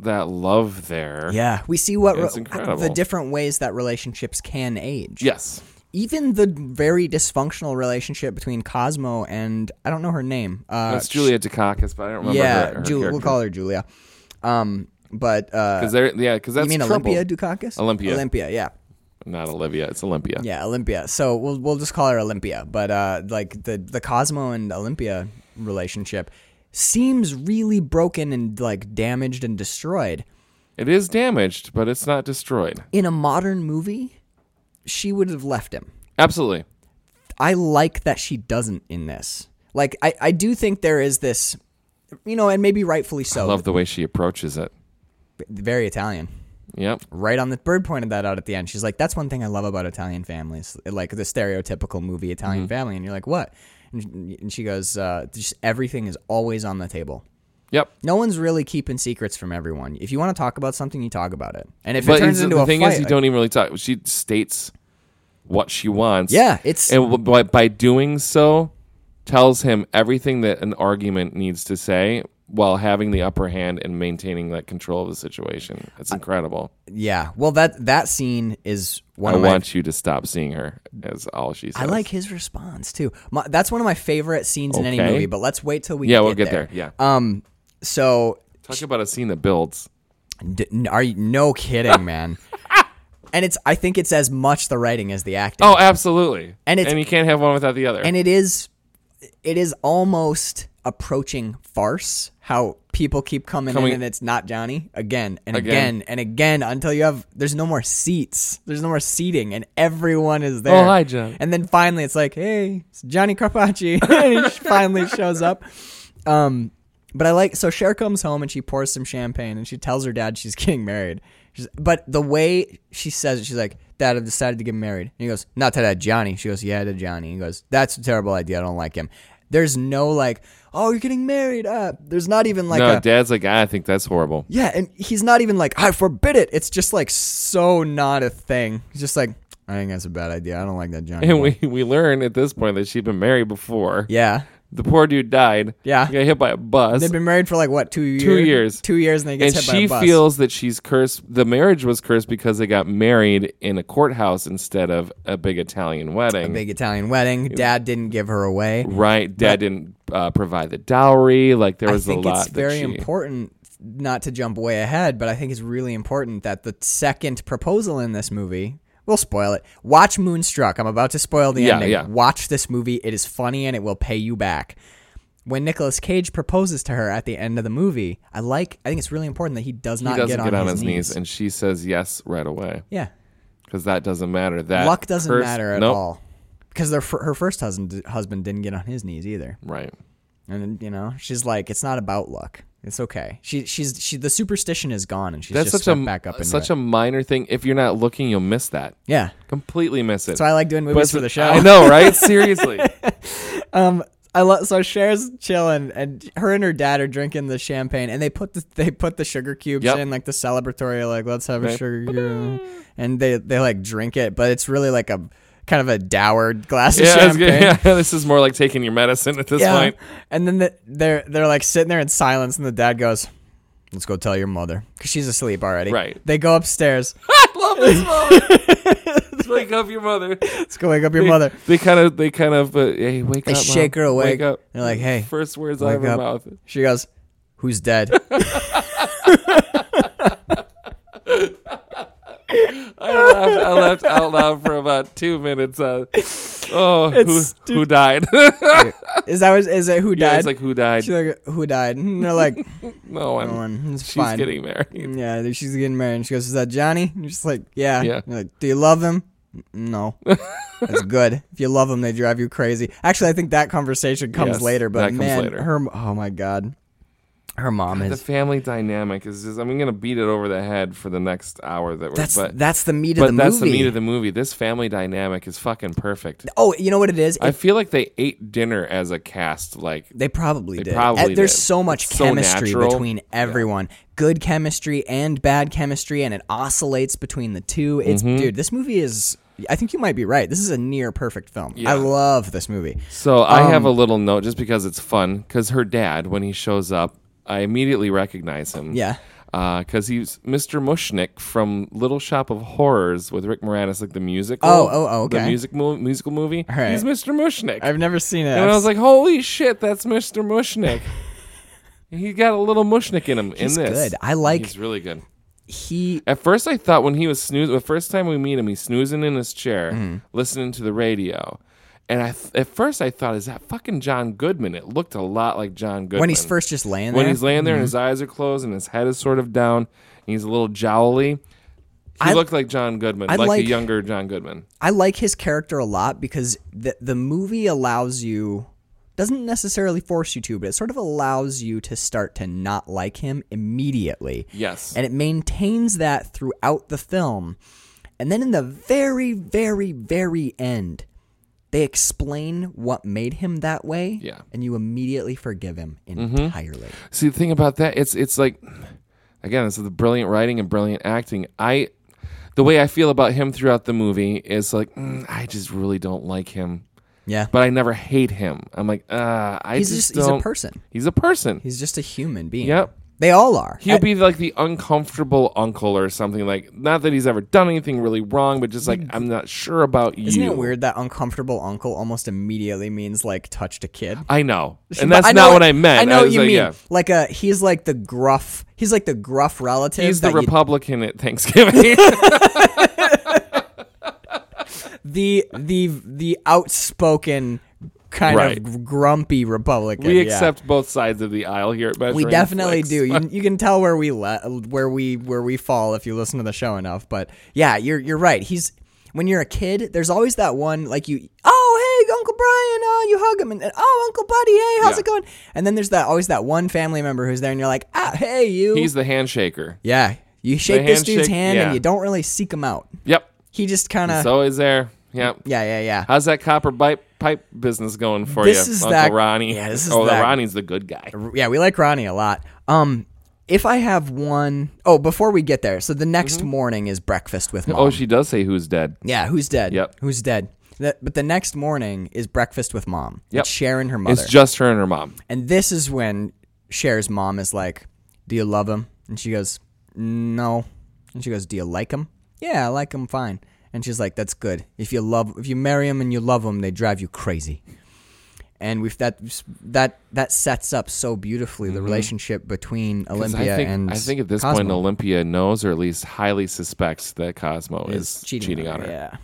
that love there. yeah, we see what It's re- incredible. the different ways that relationships can age. Yes. even the very dysfunctional relationship between Cosmo and I don't know her name. Uh, That's Julia Dukakis, but I don't remember. yeah, her, her Ju- we'll call her Julia. Um, but uh, because they're yeah because that's you mean trouble. Olympia Dukakis? Olympia. Olympia, yeah. Not Olivia. It's Olympia. Yeah, Olympia. So we'll we'll just call her Olympia. But uh, like the the Cosmo and Olympia relationship seems really broken and like damaged and destroyed. It is damaged, but it's not destroyed. In a modern movie, she would have left him. Absolutely. I like that she doesn't in this. Like I, I do think there is this you know, and maybe rightfully so. Love the way she approaches it. very Italian. Yep. Right on the bird pointed that out at the end. She's like, That's one thing I love about Italian families. Like the stereotypical movie Mm-hmm. Italian family. And you're like, What? And and she goes, uh, just everything is always on the table. Yep. No one's really keeping secrets from everyone. If you want to talk about something, you talk about it. And if it But turns it's- into the a thing fight, is, you like- don't even really talk. She states what she wants. Yeah, it's- and w- by, by doing so, tells him everything that an argument needs to say while having the upper hand and maintaining that control of the situation. It's incredible. yeah. Well, that that scene is one I of my want you to stop seeing her. Is all she says. I like his response too. My, that's one of my favorite scenes in any Okay. movie. But let's wait till we Yeah, get we'll get there. Yeah. Um, so Talk about a scene that builds. d- n- are you no kidding, man? and it's I think it's as much the writing as the acting, Oh, absolutely. And it's- and you can't have one without the other. and it is it is almost approaching farce how people keep coming, Coming- in and it's not Johnny again and again. Again. and again until you have there's no more seats there's no more seating and everyone is there Oh, hi, John. and then finally it's like hey it's Johnny Carpacci and he finally shows up um but I like so Cher comes home and she pours some champagne and she tells her dad she's getting married she's, but the way she says it she's like dad I've decided to get married and he goes not to that Johnny she goes yeah to Johnny he goes that's a terrible idea I don't like him there's no like oh you're getting married uh there's not even like no, a Dad's like, "Ah, I think that's horrible. yeah, and he's not even like, I forbid it. It's just like so not a thing. He's just like, I think that's a bad idea. I don't like that Johnny. And boy." we, we learn at this point that she'd been married before. yeah. The poor dude died. Yeah. He got hit by a bus. They've been married for like what, two years? Two years. Two years and they get and hit by a she bus. feels that she's cursed. The marriage was cursed because they got married in a courthouse instead of a big Italian wedding. Big Italian wedding. Dad didn't give her away. right? Dad didn't uh, provide the dowry. Like there I was think a lot. it's that very she- important not to jump way ahead, but I think it's really important that the second proposal in this movie we'll spoil it. Watch Moonstruck. I'm about to spoil the Yeah, ending. yeah. Watch this movie. It is funny and it will pay you back. When Nicolas Cage proposes to her at the end of the movie, I like I think it's really important that he does He not doesn't get, on, his, knees. and she says yes right away yeah. because that doesn't matter. That Luck doesn't curse- matter at Nope. all. Because their, fir- her first husband husband didn't get on his knees either. Right. And you know, she's like, it's not about luck. It's okay. She she's she the superstition is gone, and she's That's just such a swept back up into such it. a minor thing. If you're not looking, you'll miss that. yeah. Completely miss it. That's why I like doing But movies for the it's- show. Um, I know, right? Seriously. I love so Cher's chilling, and her and her dad are drinking the champagne, and they put the they put the sugar cubes Yep. in like the celebratory, like let's have a Right. sugar cube, and they they like drink it, but it's really like a kind of a dowered glass of Yeah, I was champagne. gonna- yeah, this is more like taking your medicine at this Yeah. point. and then the, they're they're like sitting there in silence, and the dad goes, "Let's go tell your mother," because she's asleep already. Right. They go upstairs. I love love this moment. Just wake up your mother. Let's go wake up your mother. They kind of, they kind of, uh, hey, wake They up. Mom. shake her awake. Wake up. They're like, hey, First words out wake of her up. mouth. She goes, who's dead? I laughed, I laughed out loud for about two minutes. Uh, oh, who, It's stu- who died? yeah, is that was, is it who died? it's like who died? She's like, who died? And they're like, no one. no one. It's She's fine. Mm. getting married. Yeah, they- she's getting married. And she goes, "Is that Johnny?" And you're just like, "Yeah." Yeah. You're like, do you love him? "N- No. That's good. If you love him, they drive you crazy. Actually, I think that conversation comes Yes, later. But that comes man, later. her oh my god, her mom The is. family dynamic is just, I'm going to beat it over the head for the next hour that we're, That's but, that's the meat of but the that's movie. the meat of the movie. This family dynamic is fucking perfect. oh, you know what it is? I It- feel like they ate dinner as a cast. Like they probably did. probably Uh, There's did. so much It's so chemistry natural. between everyone. Good chemistry and bad chemistry, and it oscillates between the two. It's Mm-hmm. dude, this movie is. I think you might be right. This is a near perfect film. I love this movie. So I have a Um, little note just because it's fun. Because her dad, when he shows up, I immediately recognize him. Yeah. Because he's Mr. Mushnick from Little Shop of Horrors with Rick Moranis, like the musical. Oh, oh, oh, okay. The music mo- musical movie. right. He's Mr. Mushnick. I've never seen it. and I was like, holy shit, that's Mr. Mushnick. he got a little Mushnick in him He's in this. good. I like- He's really good. he At first, I thought when he was snoozing, the first time we meet him, he's snoozing in his chair, Mm-hmm. listening to the radio. And I, th- at first, I thought, is that fucking John Goodman? It looked a lot like John Goodman. when he's first just laying there. Mm-hmm. when he's laying there and his eyes are closed and his head is sort of down, and he's a little jowly. He I- looked like John Goodman, I like, like- a younger John Goodman. I like his character a lot because the the movie allows you doesn't necessarily force you to, but it sort of allows you to start to not like him immediately. Yes. And it maintains that throughout the film. And then in the very, very, very end, they explain what made him that way. Yeah. Mm-hmm. And you immediately forgive him entirely. See, the thing about that, it's it's like, again, this is the brilliant writing and brilliant acting. I, the way I feel about him throughout the movie is like, mm, I just really don't like him. Yeah. but I never hate him. I'm like, uh, I he's just, just, he's a don't- person. He's a person. He's just a human being. Yep. They all are. He'll be like the uncomfortable uncle or something like. Not that he's ever done anything really wrong, but just like I'm not sure about you. Isn't it weird that uncomfortable uncle almost immediately means like touched a kid? I know, and But that's not what I meant. I know what was you like, mean. yeah. Like a he's like the gruff. He's like the gruff relative. He's the that you- Republican at Thanksgiving. the the the outspoken kind Right. of grumpy Republican. we yeah. accept both sides of the aisle here at Measuring We definitely Flicks. do. You, you can tell where we let where we where we fall if you listen to the show enough. But yeah, you're you're right. He's when you're a kid, there's always that one like you. Oh hey, Uncle Brian. Oh, you hug him and, and, oh Uncle Buddy. Hey, how's Yeah. it going? And then there's that always that one family member who's there, and you're like, ah, hey you. He's the handshaker. yeah, you shake this dude's handshake- hand and yeah. you don't really seek him out. Yep, He just kind he's of always there. Yep. yeah yeah yeah. How's that copper pipe pipe business going for This you, is Uncle that- Ronnie? yeah, this is oh, that- Ronnie's the good guy. yeah, we like Ronnie a lot. Um, if I have one oh before we get there, so the next morning is breakfast with mom. Mm-hmm. Oh, she does say who's dead. yeah, who's dead? Yep. who's dead? That, but the next morning is breakfast with mom. Yep. It's Cher and her mother. It's just her and her mom. and this is when Cher's mom is like, "Do you love him?" And she goes, "No." And she goes, "Do you like him?" Yeah, I like him fine. And she's like, "That's good. If you love, if you marry him and you love him, they drive you crazy." And we've that that that sets up so beautifully the relationship between 'Cause Olympia Mm-hmm. I think, and I think at this Cosmo. point Olympia knows, or at least highly suspects, that Cosmo is, cheating, on her. Yeah.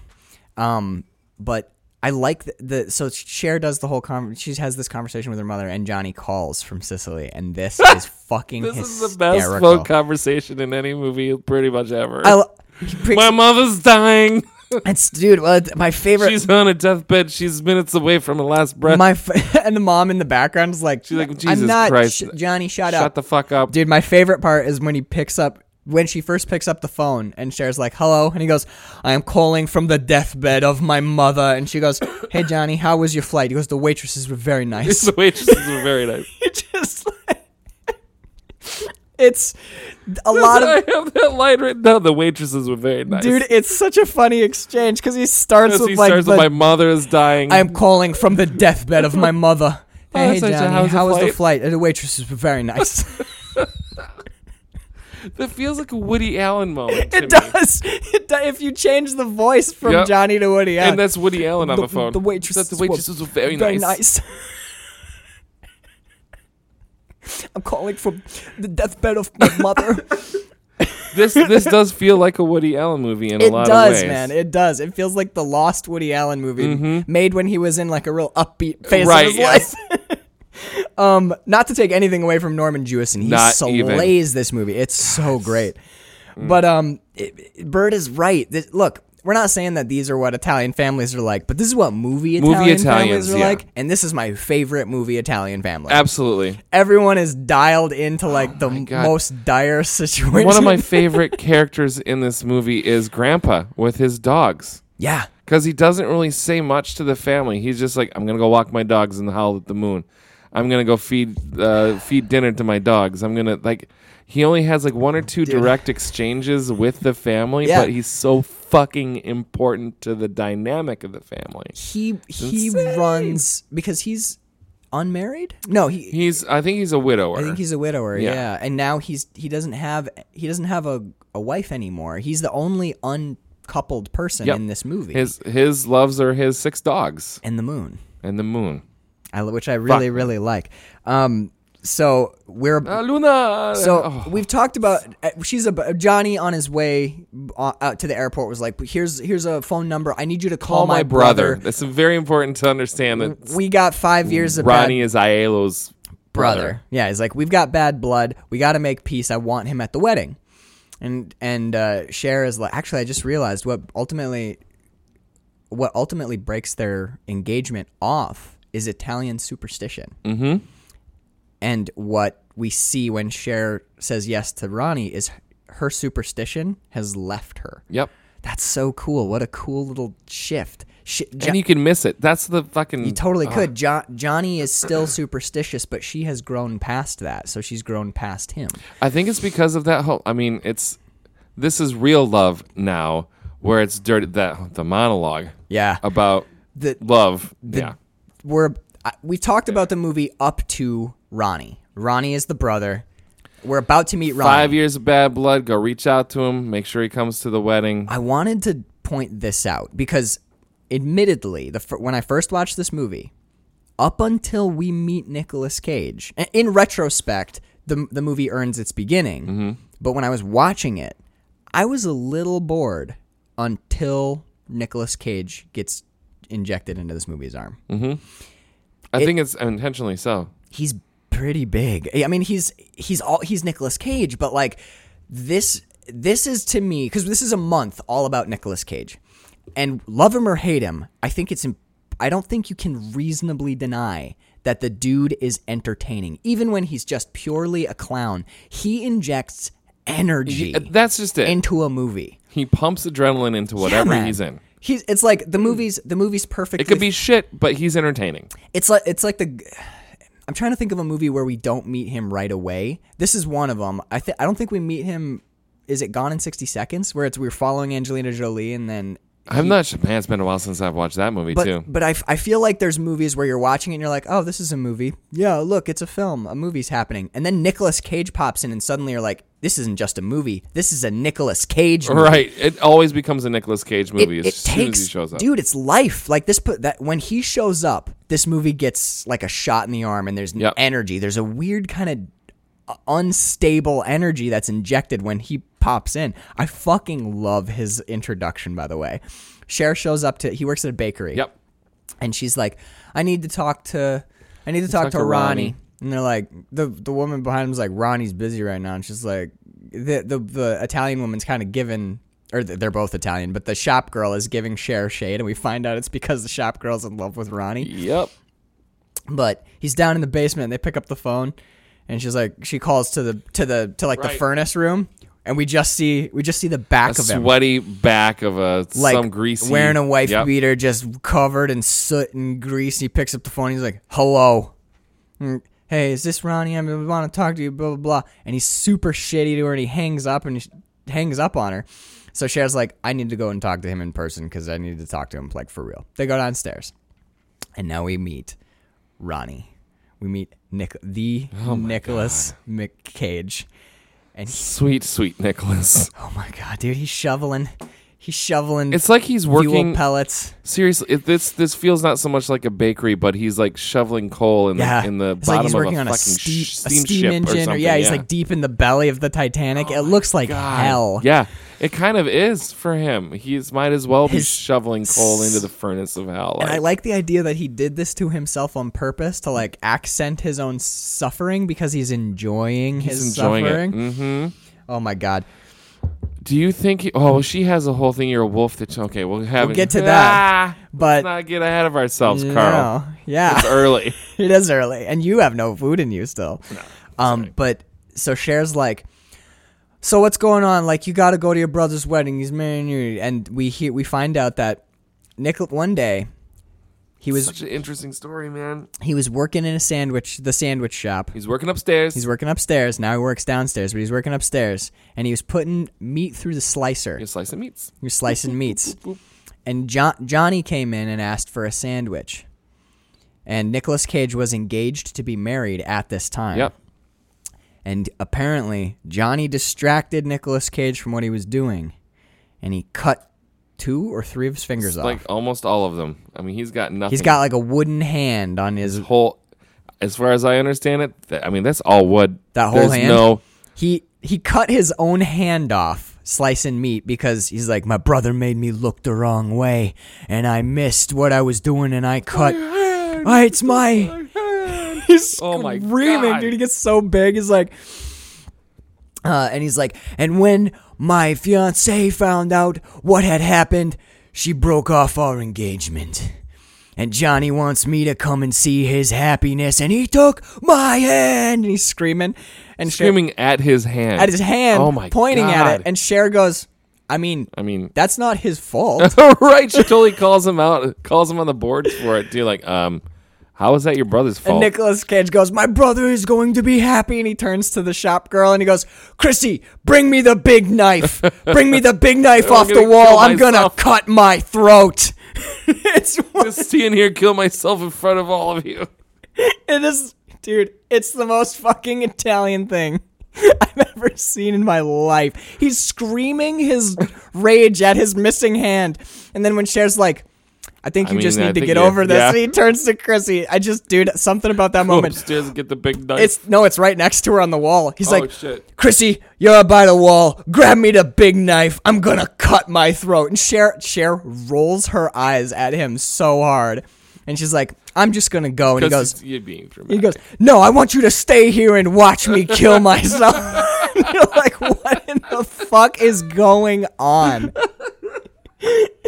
Um, but I like the, the so Cher does the whole con. She has this conversation with her mother, and Johnny calls from Sicily, and this is fucking This is the best hysterical. phone conversation in any movie, pretty much ever. I lo- he brings- My mother's dying. it's dude. Well, it's my favorite. She's on a deathbed. She's minutes away from her last breath. my f- and the mom in the background is like, She's like, I'm "Jesus not Christ. sh- Johnny. Shut, Shut up, the fuck up. dude. My favorite part is when he picks up. When she first picks up the phone and Cher's like, hello, and he goes, I am calling from the deathbed of my mother. And she goes, Hey, Johnny, how was your flight? He goes, The waitresses were very nice. The waitresses were very nice. It just like it's a lot of I have that line written down. The waitresses were very nice. dude. It's such a funny exchange because he starts Because with he like starts the, with my mother's dying. I'm calling from the deathbed of my mother. Oh, hey so- so Johnny, how was the how was the flight? flight? Uh, The waitresses were very nice. That feels like a Woody Allen moment. to It me. does. It do- if you change the voice from Yep. Johnny to Woody Allen. And that's Woody Allen on the, phone. The waitress, That the waitress was very, nice. I'm calling from the deathbed of my mother. This this does feel like a Woody Allen movie in it a lot of does, ways. man. It does. It feels like the lost Woody Allen movie made when he was in like a real upbeat Mm-hmm. phase Right, of his yes. life. um, not to take anything away from Norman Jewison, he Not slays even. Mm. this movie. It's so great. But um, it, it- Bird is right. This, look, we're not saying that these are what Italian families are like, but this is what movie Movie Italian Italians, families are yeah. like, and this is my favorite movie Italian family. Absolutely. Everyone is dialed into like the Oh God. most dire situation. One of my favorite characters in this movie is Grandpa with his dogs. yeah. Because he doesn't really say much to the family. He's just like, I'm going to go walk my dogs and howl at the moon. I'm going to go feed uh, feed dinner to my dogs. I'm going to, like, he only has like one or two direct exchanges with the family, Yeah. but he's so fucking important to the dynamic of the family. he he runs because he's unmarried. No, he. He's, I think he's a widower. I think he's a widower. Yeah. Yeah. and now he's he doesn't have he doesn't have a a wife anymore. He's the only uncoupled person Yep. in this movie. his his loves are his six dogs and the moon, and the moon. I, lo- which I really really like. Um, so we're Uh, Luna. So Oh, we've talked about uh, she's a Johnny on his way uh, out to the airport was like here's here's a phone number I need you to call, call my brother. That's very important to understand that We got five years of bad Ronnie is Aiello's brother. Yeah, he's like, we've got bad blood. We got to make peace. I want him at the wedding. And and uh, Cher is like, actually, I just realized what ultimately, what ultimately breaks their engagement off is Italian superstition. Mm-hmm. And what we see when Cher says yes to Ronnie is her superstition has left her. Yep. That's so cool. What a cool little shift. Sh- Jo- And you can miss it. That's the fucking. you totally could. Jo- Johnny is still superstitious, but she has grown past that. So she's grown past him. I think it's because of that whole. I mean, it's this is real love now, where it's dirty. That the monologue Yeah. about The- love. yeah. We're I- we talked about the movie up to Ronnie. Ronnie is the brother. We're about to meet Ronnie. Five years of bad blood. Go reach out to him. Make sure he comes to the wedding. I wanted to point this out because, admittedly, the fir- when I first watched this movie, up until we meet Nicolas Cage, a- in retrospect, the the movie earns its beginning. But when I was watching it, I was a little bored until Nicolas Cage gets injected into this movie's arm. I think it's intentionally so. He's pretty big. I mean, he's he's all he's Nicolas Cage, but like this this is to me because this is a month all about Nicolas Cage, and love him or hate him, I think it's. im- I don't think you can reasonably deny that the dude is entertaining, even when he's just purely a clown. He injects energy Uh, That's just it. into a movie. he pumps adrenaline into whatever man. he's in. He's, it's like the movies. The movie's perfect. It could be shit, but he's entertaining. It's like it's like the. I'm trying to think of a movie where we don't meet him right away. This is one of them. I th- I don't think we meet him. Is it Gone in 60 Seconds? Where it's we're following Angelina Jolie and then. I'm not sure. Man, it's been a while since I've watched that movie, But too. but I, f- I feel like there's movies where you're watching it and you're like, oh, this is a movie. Yeah, look, it's a film. A movie's happening. And then Nicolas Cage pops in and suddenly you're like, this isn't just a movie. This is a Nicolas Cage movie. Right. It always becomes a Nicolas Cage movie as soon as he shows up. dude. It's life. Like this, put that when he shows up, this movie gets like a shot in the arm, and there's Yep. energy. There's a weird kind of unstable energy that's injected when he pops in. I fucking love his introduction. By the way, Cher shows up to. He works at a bakery. Yep. And she's like, I need to talk to, I need to talk, talk to, to Ronnie. Ronnie. And they're like, the the woman behind him's like, Ronnie's busy right now. And she's like, the the, the Italian woman's kind of given, or th- they're both Italian, but the shop girl is giving Cher shade, and we find out it's because the shop girl's in love with Ronnie. Yep. But he's down in the basement. And they pick up the phone, and she's like, she calls to the to the to like the Right. furnace room, and we just see we just see the back of him Sweaty back of a like some greasy wearing a wife Yep. beater, just covered in soot and grease. He picks up the phone. He's like, "Hello, Mm, hey, is this Ronnie? I want to talk to you." Blah blah blah. And he's super shitty to her, and he hangs up and he sh- hangs up on her. So Cher's like, "I need to go and talk to him in person because I need to talk to him like for real." They go downstairs, and now we meet Oh Ronnie. We meet Nick, the Nicholas McCage, And he, Sweet, sweet Nicholas. oh my god, dude, he's shoveling. He's shoveling It's like he's fuel working. pellets. Seriously, it, this this feels not so much like a bakery, but he's like shoveling coal in the Yeah, in the it's like bottom he's of working a on fucking a, steep, sh- steam a steam ship or engine, or, something. Oh yeah, he's like deep in the belly of the Titanic. it looks like God. hell. Yeah, it kind of is for him. He's might as well be His- shoveling coal into the furnace of hell. And I like- like the idea that he did this to himself on purpose to like accent his own suffering because he's enjoying he's his enjoying suffering. it. hmm Oh my god. Do you think? He, oh, she has a whole thing. You're a wolf. That okay, we'll have. We'll get to that, Ah, but- let's not get ahead of ourselves, Carl. No. Yeah. It's early. it is early, and you have no food in you still. um, but so Cher's like, so what's going on? Like, you got to go to your brother's wedding. He's marrying you, and we hear we find out that Nick one day he was Such an interesting story, man. he was working in a sandwich the sandwich shop. He's working upstairs. He's working upstairs. Now he works downstairs, but he's working upstairs, and he was putting meat through the slicer. He's slicing meats. He was slicing meats. And jo- Johnny came in and asked for a sandwich. And Nicolas Cage was engaged to be married at this time. Yep. And apparently, Johnny distracted Nicolas Cage from what he was doing. And he cut two or three of his fingers off. Like almost all of them. I mean, he's got nothing. He's got like a wooden hand on his. whole. As far as I understand it, th- I mean that's all wood. That whole There's hand? No, He, he cut his own hand off slicing meat because he's like, My brother made me look the wrong way. And I missed what I was doing and I cut. Ah, it's my. He's Oh my screaming, God. dude. He gets so big. He's like, uh, and he's like, and when my fiance found out what had happened, she broke off our engagement. And Johnny wants me to come and see his happiness, and he took my hand. And he's screaming, and Cher- screaming at his hand. at his hand, Oh my pointing at God. it. And Cher goes, "I mean, I mean, that's not his fault." right? She totally calls him out, calls him on the board for it too. Like, um, how is that your brother's And fault? Nicolas Cage goes, My brother is going to be happy. And he turns to the shop girl and he goes, Chrissy, bring me the big knife. Bring me the big knife off the gonna wall. kill I'm going to myself." cut my throat. it's, one- Just seeing here, kill myself in front of all of you. it is, dude, it's the most fucking Italian thing I've ever seen in my life. He's screaming his rage at his missing hand. And then when Cher's like, I think I you just mean, I need to think get you- over this. yeah. And he turns to Chrissy. I just, dude, something about that Go moment. upstairs and get the big knife. It's no, it's right next to her on the wall. He's Oh, like, shit. Chrissy, you're by the wall. Grab me the big knife. I'm gonna cut my throat. And Cher, Cher rolls her eyes at him so hard, and she's like, I'm just gonna go. And he goes, Because you're being dramatic. he goes, No, I want you to stay here and watch me kill myself. You're like, What in the fuck is going on? and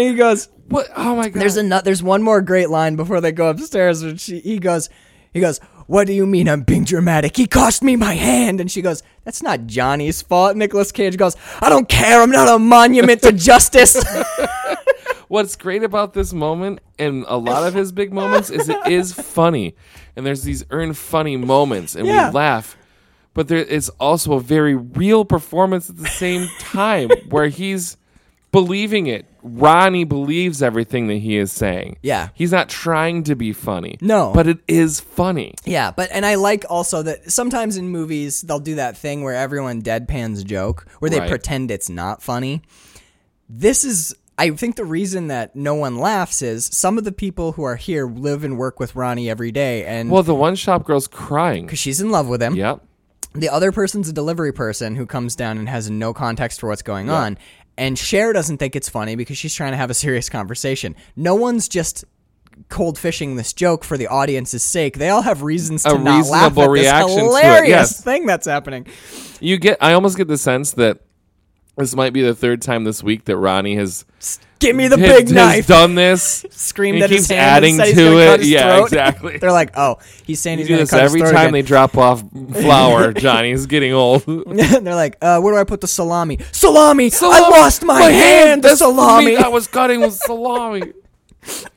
he goes, What? Oh my god! there's another. There's one more great line before they go upstairs. When she, he goes, he goes, "What do you mean I'm being dramatic? He cost me my hand." And she goes, "That's not Johnny's fault." Nicholas Cage goes, "I don't care. I'm not a monument to justice." What's great about this moment and a lot of his big moments is it is funny, and there's these earned funny moments, and Yeah. we laugh. But there is also a very real performance at the same time where he's believing it. Ronnie believes everything that he is saying. Yeah. He's not trying to be funny. No. But it is funny. yeah, but and I like also that sometimes in movies they'll do that thing where everyone deadpans a joke, where they Right. pretend it's not funny. This is. I think the reason that no one laughs is some of the people who are here live and work with Ronnie every day, and Well, the one shop girl's crying. she's in love with him. Yep. the other person's a delivery person who comes down and has no context for what's going on. And Cher doesn't think it's funny because she's trying to have a serious conversation. No one's just cold fishing this joke for the audience's sake. They all have reasons to A not laugh reasonable at this reaction to it, hilarious yes. thing that's happening. You get I almost get the sense that this might be the third time this week that Ronnie has Give me the has- big has knife. done this. Screamed he at his keeps hand adding and said he's to gonna it. cut his yeah, throat. exactly. They're like, oh, he's saying You he's do going to this cut his every throat time again. they drop off flour. Johnny's getting old. They're like, uh, where do I put the salami? Salami! I lost my, hand! The That's salami! meat I was cutting with salami.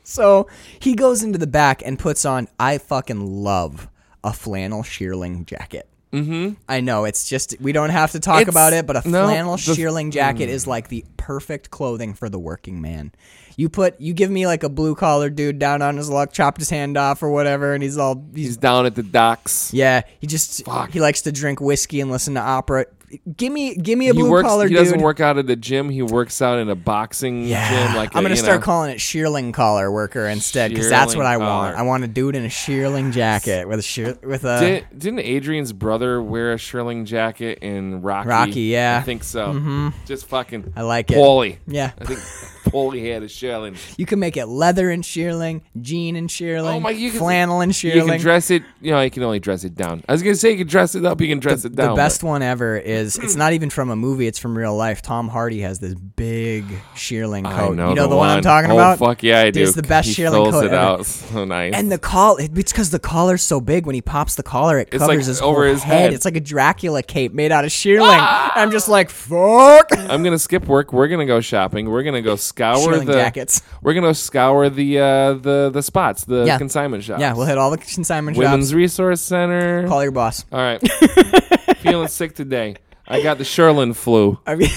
So he goes into the back and puts on, I fucking love a flannel shearling jacket. Mm-hmm. I know. It's just we don't have to talk It's- about it, but a no, flannel the- mm. shearling jacket is like the perfect clothing for the working man. You put you give me like a blue collar dude down on his luck, chopped his hand off or whatever, and he's all he's He's down at the docks. yeah. He just he likes to drink whiskey and listen to opera. Give me give me a he blue works. collar He dude. doesn't work out at the gym. He works out in a boxing Yeah, gym. Like I'm a, gonna you start know, calling it shearling collar worker instead because that's Shearling what I collar. want. I want a dude in a shearling jacket with a shear with a. Did, didn't Adrian's brother wear a shirling jacket in Rocky? Rocky, yeah. Mm-hmm. I think so. Just fucking. I like it. Paulie. Yeah. I think Paulie had a shirling. You can make it leather and shearling, jean and shearling, Oh my! You can, flannel and You can shearling. dress it. You know, you can only dress it down. I was gonna say you can dress it up. You can dress it down. the but- best one ever is it's not even from a movie; it's from real life. Tom Hardy has this big shearling I coat. know you know the, the, one I'm talking Oh, about. fuck yeah, I do. It's the best he shearling fills coat it ever. out so nice. And the collar, it's because the collar's so big. When he pops the collar, it It's covers like his over whole his head. Ah! It's like a Dracula cape made out of shearling. I'm just like, fuck. I'm gonna skip work. We're gonna go shopping. We're gonna go scour Shearling the jackets. We're gonna scour the uh, the the spots, the Yeah. consignment shops. Yeah, we'll hit all the consignment Women's shops. Resource Center. Call your boss. All right, feeling sick today. I got the Sherlin flu. I mean,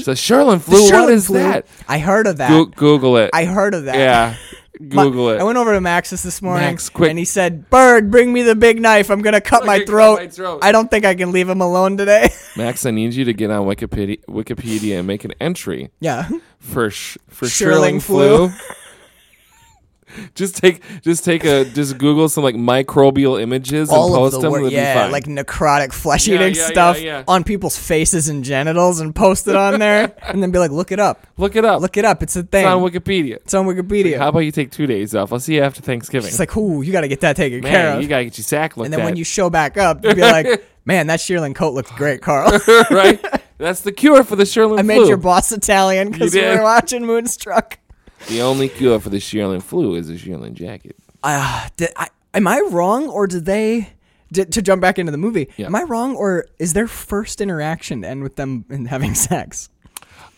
So Sherlin flu. what Sherlin is flu. that? I heard of that. Go- Google it. I heard of that. yeah, My- Google it. I went over to Max's this morning, Max, quick. and he said, "Bird, bring me the big knife. I'm gonna cut my Fucking cut throat. my throat." I don't think I can leave him alone today." Max, I need you to get on Wikipedia, Wikipedia and make an entry yeah, for sh- for Sherling Sherling flu. just take just take a just Google some like microbial images and all post of the them. wor- That'd be yeah, fine. like necrotic flesh Yeah, eating yeah, yeah, stuff yeah. on people's faces and genitals, and post it on there, and then be like, "Look it up. look it up. Look it up. It's a thing. it's on Wikipedia. It's on Wikipedia." How about you take two days off? I'll see you after Thanksgiving. it's like, "Ooh, you got to get that taken Man, care of." you gotta get your sack looked and then at. when you show back up, you'd be like, "Man, that shearling coat looks great, Carl." right? That's the cure for the Sherlin I flu. made your boss Italian because we did. were watching Moonstruck. the only cure for the Sherlin flu is a Sherlin jacket. uh, did I, am I wrong or did they did, to jump back into the movie? Yeah. Am I wrong or is their first interaction to end with them and having sex?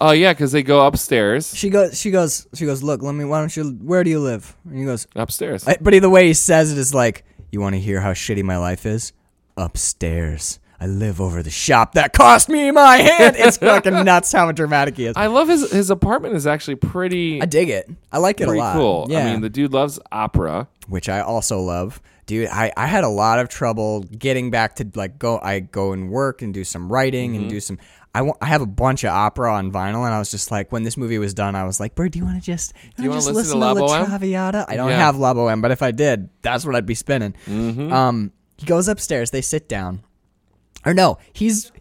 Oh yeah, because they go upstairs. She goes, she goes, she goes. Look, let me. Why don't you? Where do you live? And he goes. Upstairs. I- But either way, he says it is like, you want to hear how shitty my life is? Upstairs. I live over the shop that cost me my hand. It's fucking nuts how dramatic he is. I, I love his his apartment is actually pretty dig it. I like it pretty a lot. cool. Yeah. I mean, the dude loves opera. which I also love. Dude, I, I had a lot of trouble getting back to like go I go and work and do some writing Mm-hmm. and do some I wa- I have a bunch of opera on vinyl and I was just like when this movie was done I was like, "Bird, do you want to just do you want wanna just listen to listen to, La La Traviata?" I don't Yeah. Mm-hmm. have La Boheme, but if I did, that's what I'd be spinning. Um he goes upstairs, they sit down. Or no, he's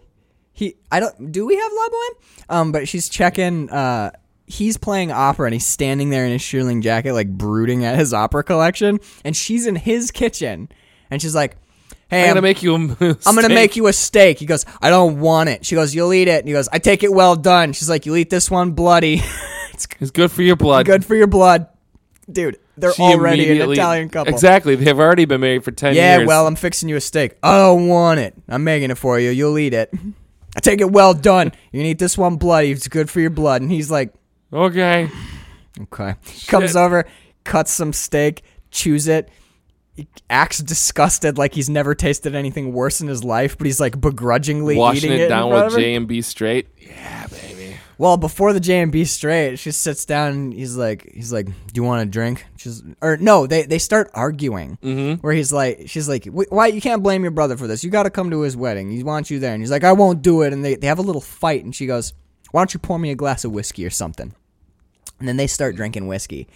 he I don't do we have La Boheme? Um, but she's checking. Uh, he's playing opera and he's standing there in his shearling jacket, like brooding at his opera collection. And she's in his kitchen, and she's like, "Hey, I'm I'm, gonna make you. A I'm gonna steak. make you a steak." He goes, "I don't want it." She goes, "You'll eat it." And he goes, "I take it well done." She's like, "You'll eat this one bloody. it's It's good for your blood. good for your blood, dude." They're She already an immediately- Italian couple. Exactly. They've already been married for ten Yeah, years. well, I'm fixing you a steak. I don't want it. I'm making it for you. You'll eat it. I take it well done. You need this one bloody. It's good for your blood. And he's like, Okay. okay. Comes over, cuts some steak, chews it. He acts disgusted like he's never tasted anything worse in his life, but he's like begrudgingly Washing eating it. it in down front with of her. J and B straight. Yeah, baby. Well, before the J and B straight, she sits down and he's like, he's like, "Do you want a drink?" She's or no, they they start arguing. Mm-hmm. Where he's like, she's like, "Wh- "Why you can't blame your brother for this? You got to come to his wedding. He wants you there." And he's like, "I won't do it." And they they have a little fight, and she goes, "Why don't you pour me a glass of whiskey or something?" And then they start drinking whiskey,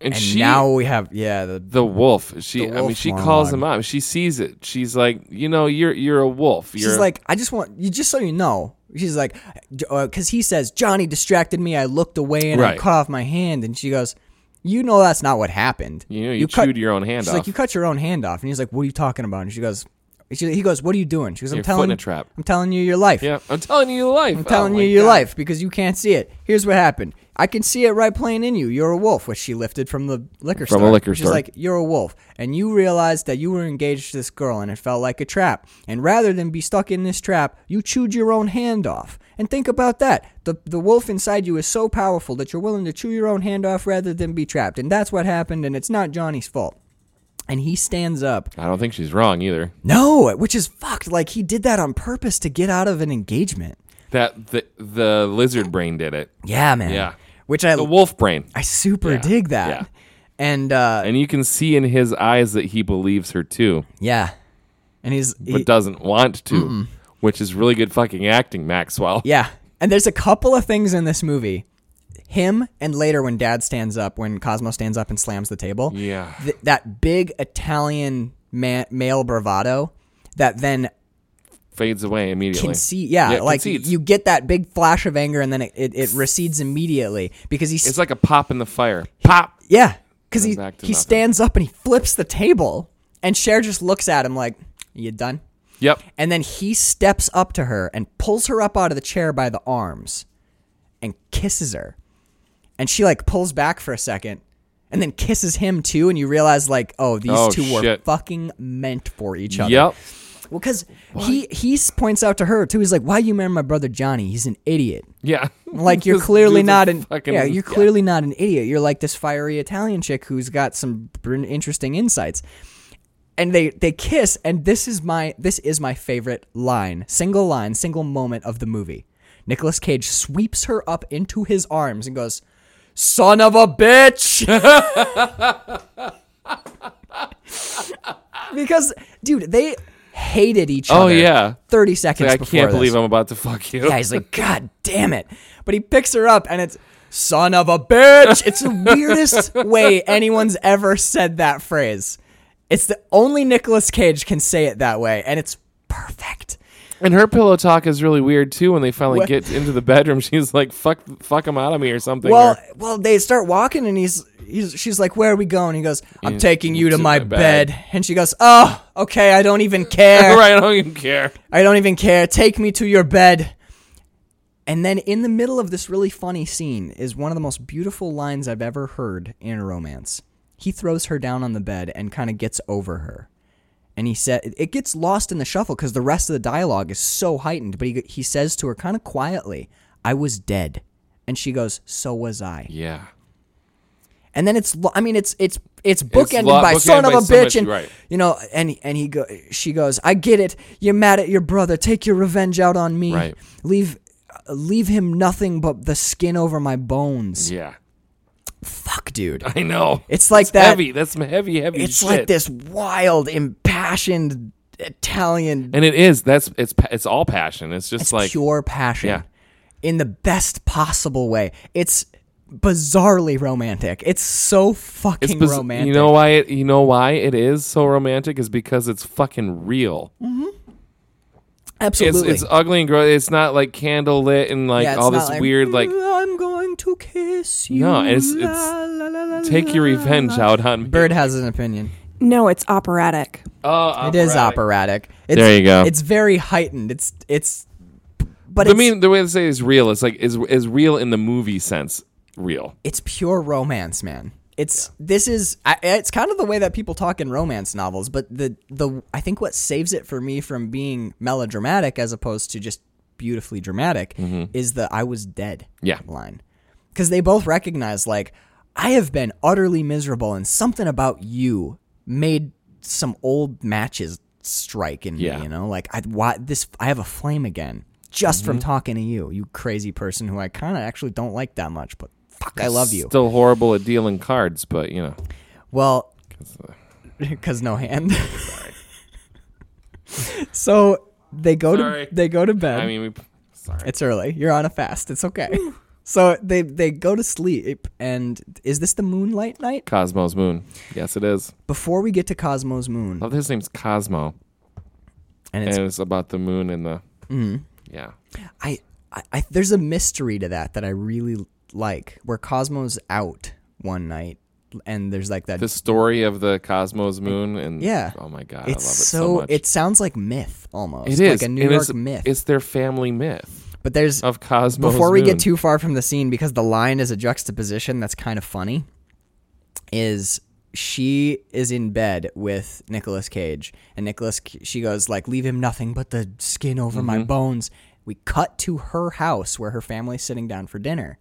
And, and she, now we have yeah the the wolf. She. The I mean, wolf she calls monologue. him out. She sees it. She's like, you know, you're you're a wolf. You're, She's like, I just want you, just so you know. She's like, because he says Johnny distracted me. I looked away and I Right. cut off my hand. And she goes, you know that's not what happened. You know, you chewed your own hand she's off. like, you cut your own hand off. And he's like, what are you talking about? And she goes, she, he goes, what are you doing? She goes, I'm Your foot in telling a trap. I'm telling you your life. yeah. I'm telling you, life. I'm telling you your life because you can't see it. Here's what happened. I can see it right plain in you. You're a wolf, which she lifted from the liquor From a store. liquor She's store. like, you're a wolf, and you realized that you were engaged to this girl, and it felt like a trap. And rather than be stuck in this trap, you chewed your own hand off. And think about that. The the wolf inside you is so powerful that you're willing to chew your own hand off rather than be trapped. And that's what happened. And it's not Johnny's fault. and he stands up. I don't think she's wrong either. No, which is fucked. Like he did that on purpose to get out of an engagement. That the the lizard brain did it. Yeah, man. Yeah. Which I The wolf brain. I super Yeah, dig that. yeah. And uh And you can see in his eyes that he believes her too, yeah. And he's but he- doesn't want to, which is really good fucking acting, Maxwell. yeah. And there's a couple of things in this movie. Him and later when dad stands up, when Cosmo stands up and slams the table. Yeah. Th- that big Italian man, male bravado that then Fades away immediately. can see yeah, Yeah, like concedes. you get that big flash of anger and then it, it, it recedes immediately because he's it's like a pop in the fire. Pop. Yeah, because he back to he nothing. stands up and he flips the table, and Cher just looks at him like, "You done?" Yep. And then he steps up to her and pulls her up out of the chair by the arms, and kisses her, and she like pulls back for a second, and then kisses him too, and you realize like, oh, these Oh, two were shit. fucking meant for each other. Yep. Well, because he he s- points out to her too, he's like, "Why you marry my brother Johnny? He's an idiot." Yeah. Like you're This clearly dude's a not an fucking- yeah, you're clearly not an idiot. You're like this fiery Italian chick who's got some br- interesting insights. And they they kiss, and this is my this is my favorite line, single line, single moment of the movie. Nicolas Cage sweeps her up into his arms and goes, "Son of a bitch." because dude, they hated each Oh, other. yeah. 30 seconds Like, I before can't this. believe I'm about to fuck you. Yeah, he's like, God damn it. But he picks her up and it's, son of a bitch. It's the weirdest way anyone's ever said that phrase. It's the only Nicolas Cage can say it that way, and it's perfect. And her pillow talk is really weird too. When they finally What? get into the bedroom, she's like, "Fuck, fuck him out of me" or something. Well, or- well, they start walking, and he's, he's she's like, "Where are we going?" He goes, "I'm taking you to to my my bed." bed," and she goes, "Oh, okay, I don't even care." right? I don't even care. I don't even care. Take me to your bed. And then in the middle of this really funny scene is one of the most beautiful lines I've ever heard in a romance. He throws her down on the bed and kind of gets over her. And he said it gets lost in the shuffle cuz the rest of the dialogue is so heightened, but he he says to her kind of quietly, "I was dead." And she goes, "So was I." Yeah. And then it's lo- I mean it's it's it's bookended lo- by bookended son of by a so bitch much- and right. you know and and he go she goes I get it you're mad at your brother take your revenge out on me Right. leave uh, leave him nothing but the skin over my bones Yeah. fuck dude I know. it's like It's that heavy. That's some heavy, heavy. it's shit. like this wild impassioned Italian And it is. That's it's. pa- It's all passion. It's just it's like pure passion Yeah. in the best possible way it's bizarrely romantic it's so fucking it's biz- romantic You know why? It, you know why it is so romantic is because it's fucking real. It's Mm-hmm. absolutely it's ugly and gross. It's not like candle lit and like Yeah, it's all not this weird like I'm going to kiss you. No, it's- it's- take your revenge out on me. Bird has an opinion. No, it's operatic. Oh, It is operatic. operatic. It's, There you go. It's very heightened. It's it's, but I it's, mean, the way to say it is real. It's like is is real in the movie sense. Real. it's pure romance, man. It's this is I, it's kind of the way that people talk in romance novels, but the the I think what saves it for me from being melodramatic as opposed to just beautifully dramatic is the I was dead Mm-hmm. Yeah. line. Cuz they both recognize like I have been utterly miserable and something about you made some old matches strike in Yeah. me, you know? Like I why this I have a flame again just from Mm-hmm. talking to you, you crazy person who I kind of actually don't like that much, but fuck I love you. Still horrible at dealing cards, but you know. Well, uh, because no hand. so they go Sorry. to they go to bed. I mean, we, sorry. it's early. You're on a fast. It's okay. so they they go to sleep. And is this the moonlight night? Cosmo's moon. Yes, it is. Before we get to Cosmo's moon, Love that his name's Cosmo, and it's Mm-hmm. and it's about the moon and the. Yeah. I, I, I there's a mystery to that that I really like. Where Cosmo's out one night, and there's like that. The story of the Cosmo's moon and Yeah. Oh my god, I love it it's so, much. it sounds like myth almost. it is like a New and York it's, myth. It's their family myth but there's of Cosmo's. before we moon. get too far from the scene because the line is a juxtaposition that's kind of funny is she is in bed with Nicolas Cage and Nicolas C- she goes like leave him nothing but the skin over my bones we cut to her house where her family's sitting down for dinner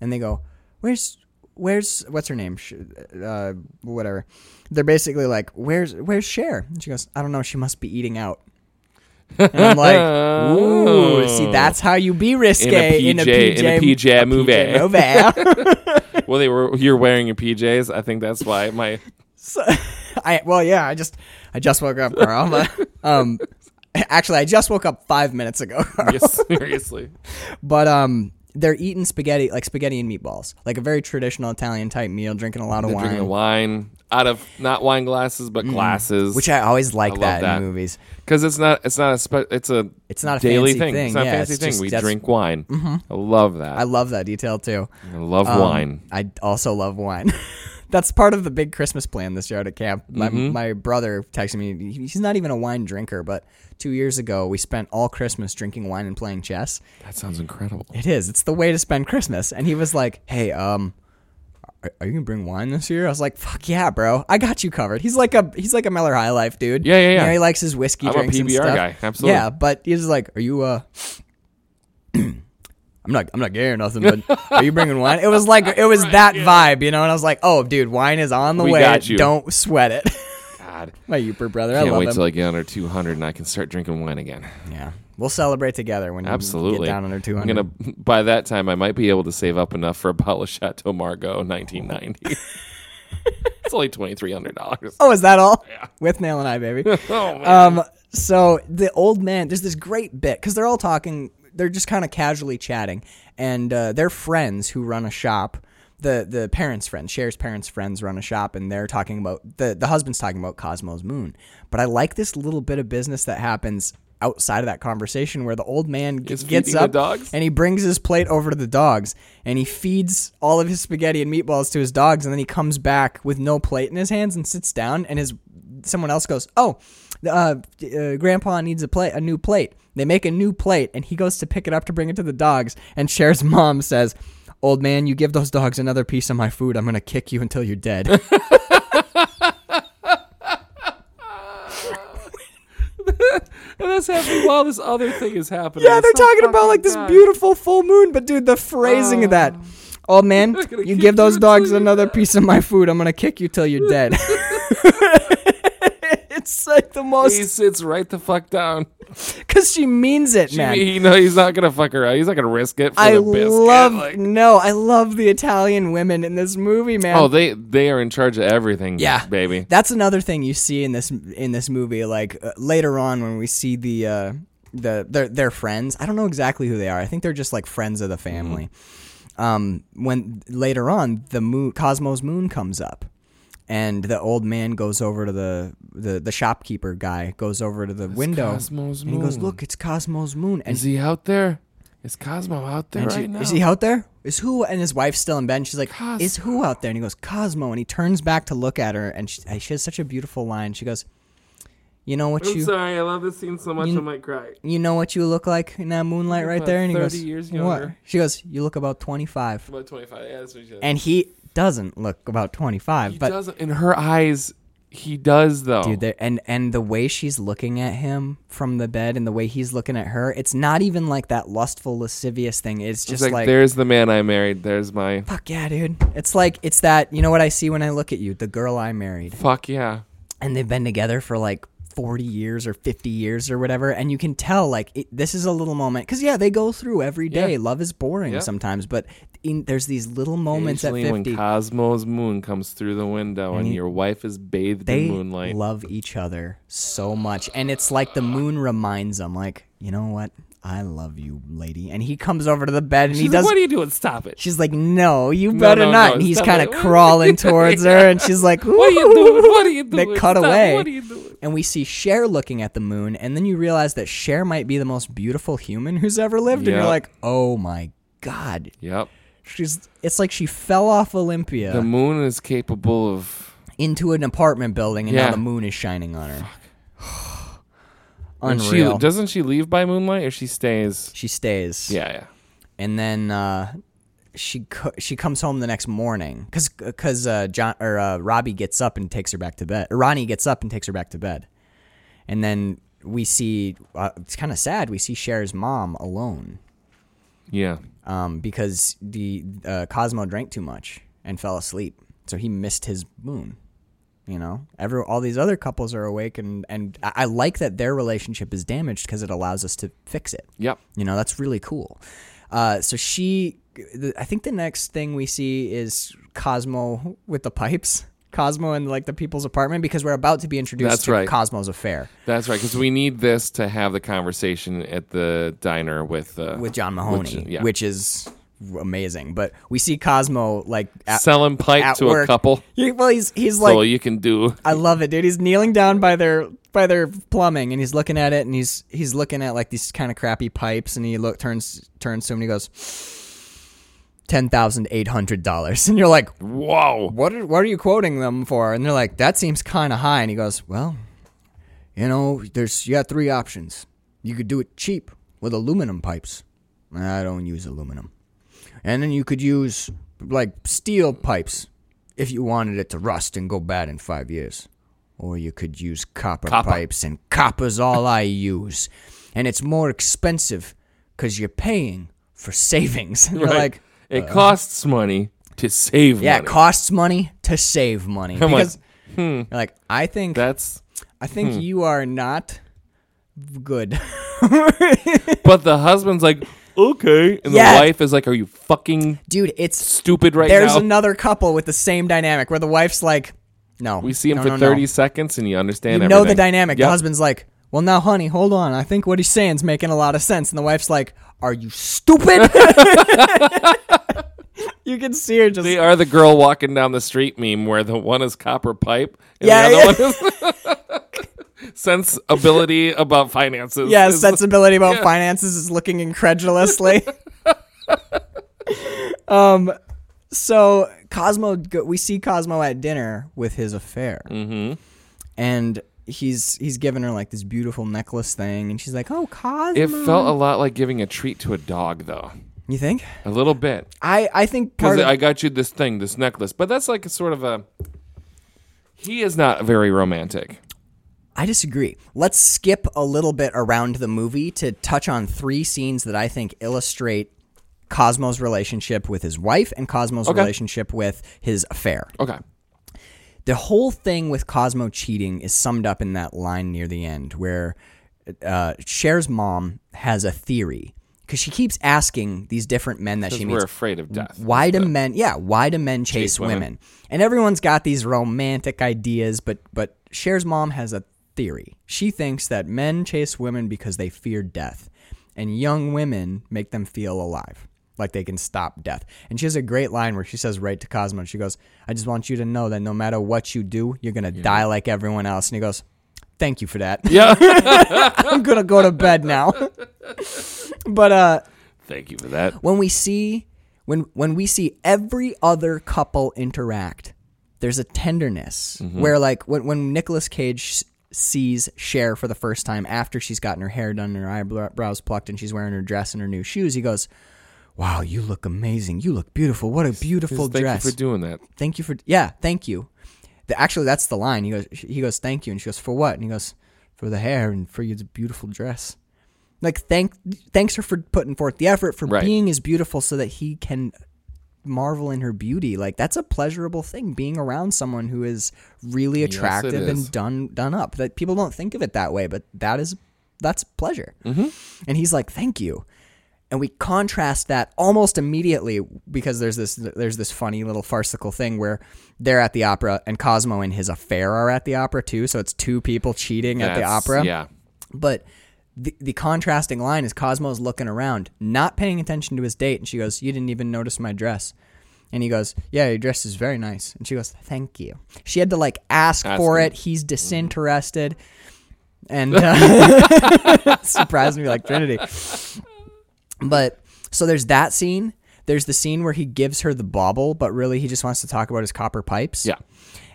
and they go where's where's what's her name? Sh- Uh, whatever. They're basically like, where's where's Cher? And she goes, I don't know. She must be eating out. And I'm like, ooh, see, that's how you be risque In a PJ in a PJ movie. movie. Well, they were you're wearing your PJs. I think that's why my So- I well, yeah, I just I just woke up, Carl. um, actually, I just woke up five minutes ago. Carl. yes, seriously. But um, they're eating spaghetti, like spaghetti and meatballs, like a very traditional Italian type meal, drinking a lot of They're wine, drinking wine out of not wine glasses but glasses, which I always like love that, that. in movies. because it's not it's not a spe- it's a It's not a daily fancy thing. thing, It's not yeah, a fancy it's thing. just- we that's- Mm-hmm. drink wine. I love that. I love that detail too. I love Um, wine. I also love wine. That's part of the big Christmas plan this year out at camp. My, Mm-hmm. my brother texted me. he- He's not even a wine drinker, but two years ago we spent all Christmas drinking wine and playing chess. That sounds incredible. It is. It's the way to spend Christmas. And he was like, "Hey, um, are, are you gonna bring wine this year?" I was like, "Fuck yeah, bro! I got you covered." He's like a he's like a Miller High Life dude. Yeah, yeah, You know, yeah. he likes his whiskey I'm a drinks and PBR stuff. guy, absolutely. Yeah, but he's like, "Are you uh?" I'm not. I'm not gay or nothing. But are you bringing wine? It was like it was that vibe, you know. And I was like, "Oh, dude, wine is on the We way. got you. Don't sweat it." God, My Uper brother, I can't love wait him. till I get under 200 and I can start drinking wine again. yeah, we'll celebrate together when you Absolutely. get down under 200. I'm gonna by that time I might be able to save up enough for a bottle of Chateau Margaux 1990. it's only twenty three hundred dollars. Oh, Oh, is that all? With Nail and I, baby. Um, so the old man, there's this great bit because they're all talking, they're just kind of casually chatting, and uh, their friends who run a shop, the the parents' friends, Cher's parents' friends run a shop, and they're talking about the the husband's talking about Cosmo's moon. But I like this little bit of business that happens outside of that conversation where the old man g- Is gets feeding the up dogs? and he brings his plate over to the dogs and he feeds all of his spaghetti and meatballs to his dogs and then he comes back with no plate in his hands and sits down and his someone else goes oh uh, uh, grandpa needs a plate a new plate they make a new plate and he goes to pick it up to bring it to the dogs and Cher's mom says old man you give those dogs another piece of my food i'm gonna kick you until you're dead And that's happening while this other thing is happening. yeah they're It's so talking about fucking like this bad. Oh. beautiful full moon but dude the phrasing of that old man gonna you kick give those you until dogs you're another piece of my food i'm gonna kick you till you're dead it's like the He most sits right the fuck down. because she means it man He, he know he's not gonna fuck around. He's not gonna risk it for i the biscuit. love like- no i love the italian women in this movie man oh, they they are in charge of everything. Yeah, baby. That's another thing you see in this in this movie. Like uh, later on, when we see the uh, the their, their friends, I don't know exactly who they are. I think they're just like friends Mm-hmm. of the family. Um, when later on the moon, Cosmos moon comes up, and the old man goes over to the the, the shopkeeper guy goes over to the window. Cosmos and he goes, moon. "Look, it's Cosmos moon." And Is he out there? Is Cosmo out there and right she- now? Is he out there? Is who? And his wife's still in bed. And she's like, "Is who out there?" And he goes, "Cosmo." And he turns back to look at her, and she, and she has such a beautiful line. She goes, "You know what you sorry, I love this scene so much. I might cry. you know what you look like in that moonlight right about there." And he 30 goes, years "What?" younger. She goes, "You look about 25." About twenty five. Yeah, that's what she said. And he doesn't look about 25, He but doesn't. In her eyes, he does though. dude, there- and and the way she's looking at him from the bed, and the way he's looking at her, it's not even like that lustful, lascivious thing. It's It's just like, like there's the man I married. There's my Fuck yeah, dude. It's like, it's that, you know what I see when I look at you? The girl I married. fuck yeah. And they've been together for like 40 years or 50 years or whatever. And you can tell, like, it, this is a little moment. Cause yeah, they go through every day. Yeah. Love is boring Yeah. sometimes, but in, there's these little moments at Usually 50. when Cosmo's moon comes through the window and, he- your wife is bathed they in moonlight. love each other so much. And it's like the moon reminds them, like, you know what? I love you, lady. And he comes over to the bed and he She's like, does what are you doing? Stop it. She's like, no, you better no, not. no, and he's stop kind of it. crawling towards her, and she's like, What are you doing? What are you They doing? cut Stop. away. What are you doing? And we see Cher looking at the moon, and then you realize that Cher might be the most beautiful human who's ever lived, and you're Yeah. like, oh my god, Yep. she's. It's like she fell off Olympia The moon is capable of into an apartment building, and now Yeah. the moon is shining on her. and Unreal. She, She, doesn't she leave by moonlight or she stays? stays. Yeah, yeah. and then uh, she co- she comes home the next morning because because uh, John or uh, Robbie gets up and takes her back to bed. Or Ronnie gets up and takes her back to bed, and then we see uh, it's kind of sad. We see Cher's mom alone Yeah. um, because the uh, Cosmo drank too much. and fell asleep. So he missed his moon. You know, every all these other couples are awake, and and I I like that their relationship is damaged because it allows us to fix it. Yep. You know, that's really cool. Uh, so she, the- I think the next thing we see is Cosmo with the pipes. Cosmo in like the people's apartment because we're about to be introduced That's to right. Cosmo's affair That's right, because we need this to have the conversation at the diner with uh, with John Mahoney, which, yeah. is amazing. But we see Cosmo like at, selling pipe at to work. a couple. He- well, he's he's That's like all you can do. I love it, dude. He's kneeling down by their by their plumbing, and he's looking at it, and he's he's looking at like these kind of crappy pipes, and he look turns turns to him, and he goes, ten thousand eight hundred dollars, and you're like, Whoa. what are, what are you quoting them for? And they're like, that seems kind of high, and he goes, well, you know, there's you got three options. You could do it cheap with aluminum pipes. I don't use aluminum, and then you could use like steel pipes if you wanted it to rust and go bad in five years. Or you could use copper, Copper. pipes, and copper's all I use. And it's more expensive because you're paying for savings. And you're Right. like, uh, it costs money to save yeah, money. it costs money to save money. I'm like, hmm. because you're like, I think That's I think hmm. you are not good. but the husband's like, okay, and Yeah. the wife is like, are you fucking Dude, it's stupid right there's now? another couple with the same dynamic where the wife's like, No. we see him no, for no, no. thirty seconds, and you understand. You know everything. the dynamic. Yep. The husband's like, Well now, honey, hold on. I think what he's saying's making a lot of sense. And the wife's like, Are you stupid? you can see her just They are the girl walking down the street meme where the one is copper pipe and Yeah, the other one is sensibility about finances. Yeah, It's- sensibility about Yeah. finances is looking incredulously. um, so Cosmo, go- we see Cosmo at dinner with his affair, mm-hmm. and he's he's giving her like this beautiful necklace thing, and she's like, "Oh, Cosmo," it felt a lot like giving a treat to a dog, though. you think? A little bit. I I think part Because of I got you this thing, this necklace. But that's like a sort of a. He is not very romantic. I disagree. Let's skip a little bit around the movie to touch on three scenes that I think illustrate Cosmo's relationship with his wife and Cosmo's Okay. relationship with his affair. Okay. The whole thing with Cosmo cheating is summed up in that line near the end where uh, Cher's mom has a theory because she keeps asking these different men that she Because meets we're afraid of death. why do men yeah why do men chase, Chase women? women. and everyone's got these romantic ideas but but Cher's mom has a theory she thinks that men chase women because they fear death and young women make them feel alive like they can stop death and she has a great line where she says right to Cosmo she goes I just want you to know that no matter what you do you're gonna die like everyone else and he goes thank you for that Yeah. I'm gonna go to bed now but uh Thank you for that. when we see when when we see every other couple interact there's a tenderness Mm-hmm. where like when when Nicolas Cage s- sees Cher for the first time after she's gotten her hair done and her eyebrows plucked and she's wearing her dress and her new shoes he goes wow you look amazing you look beautiful what a beautiful Thank dress you for doing that. thank you for yeah thank you The- actually that's the line he goes he goes thank you and she goes for what and he goes for the hair and for your beautiful dress like thank thanks her for putting forth the effort for Right. being as beautiful so that he can marvel in her beauty like that's a pleasurable thing being around someone who is really it attractive is. and done done up that people don't think of it that way but that is that's pleasure Mm-hmm. and he's like thank you and we contrast that almost immediately because there's this there's this funny little farcical thing where they're at the opera and Cosmo and his affair are at the opera too so it's two people cheating at the That's- opera Yeah. but the, the contrasting line is Cosmo's looking around not paying attention to his date and she goes you didn't even notice my dress and he goes yeah your dress is very nice and she goes thank you she had to like ask, Ask for him. Mm-hmm. it he's disinterested and uh, surprised me like Trinity. But so there's that scene. There's the scene where he gives her the bauble, but really he just wants to talk about his copper pipes. Yeah.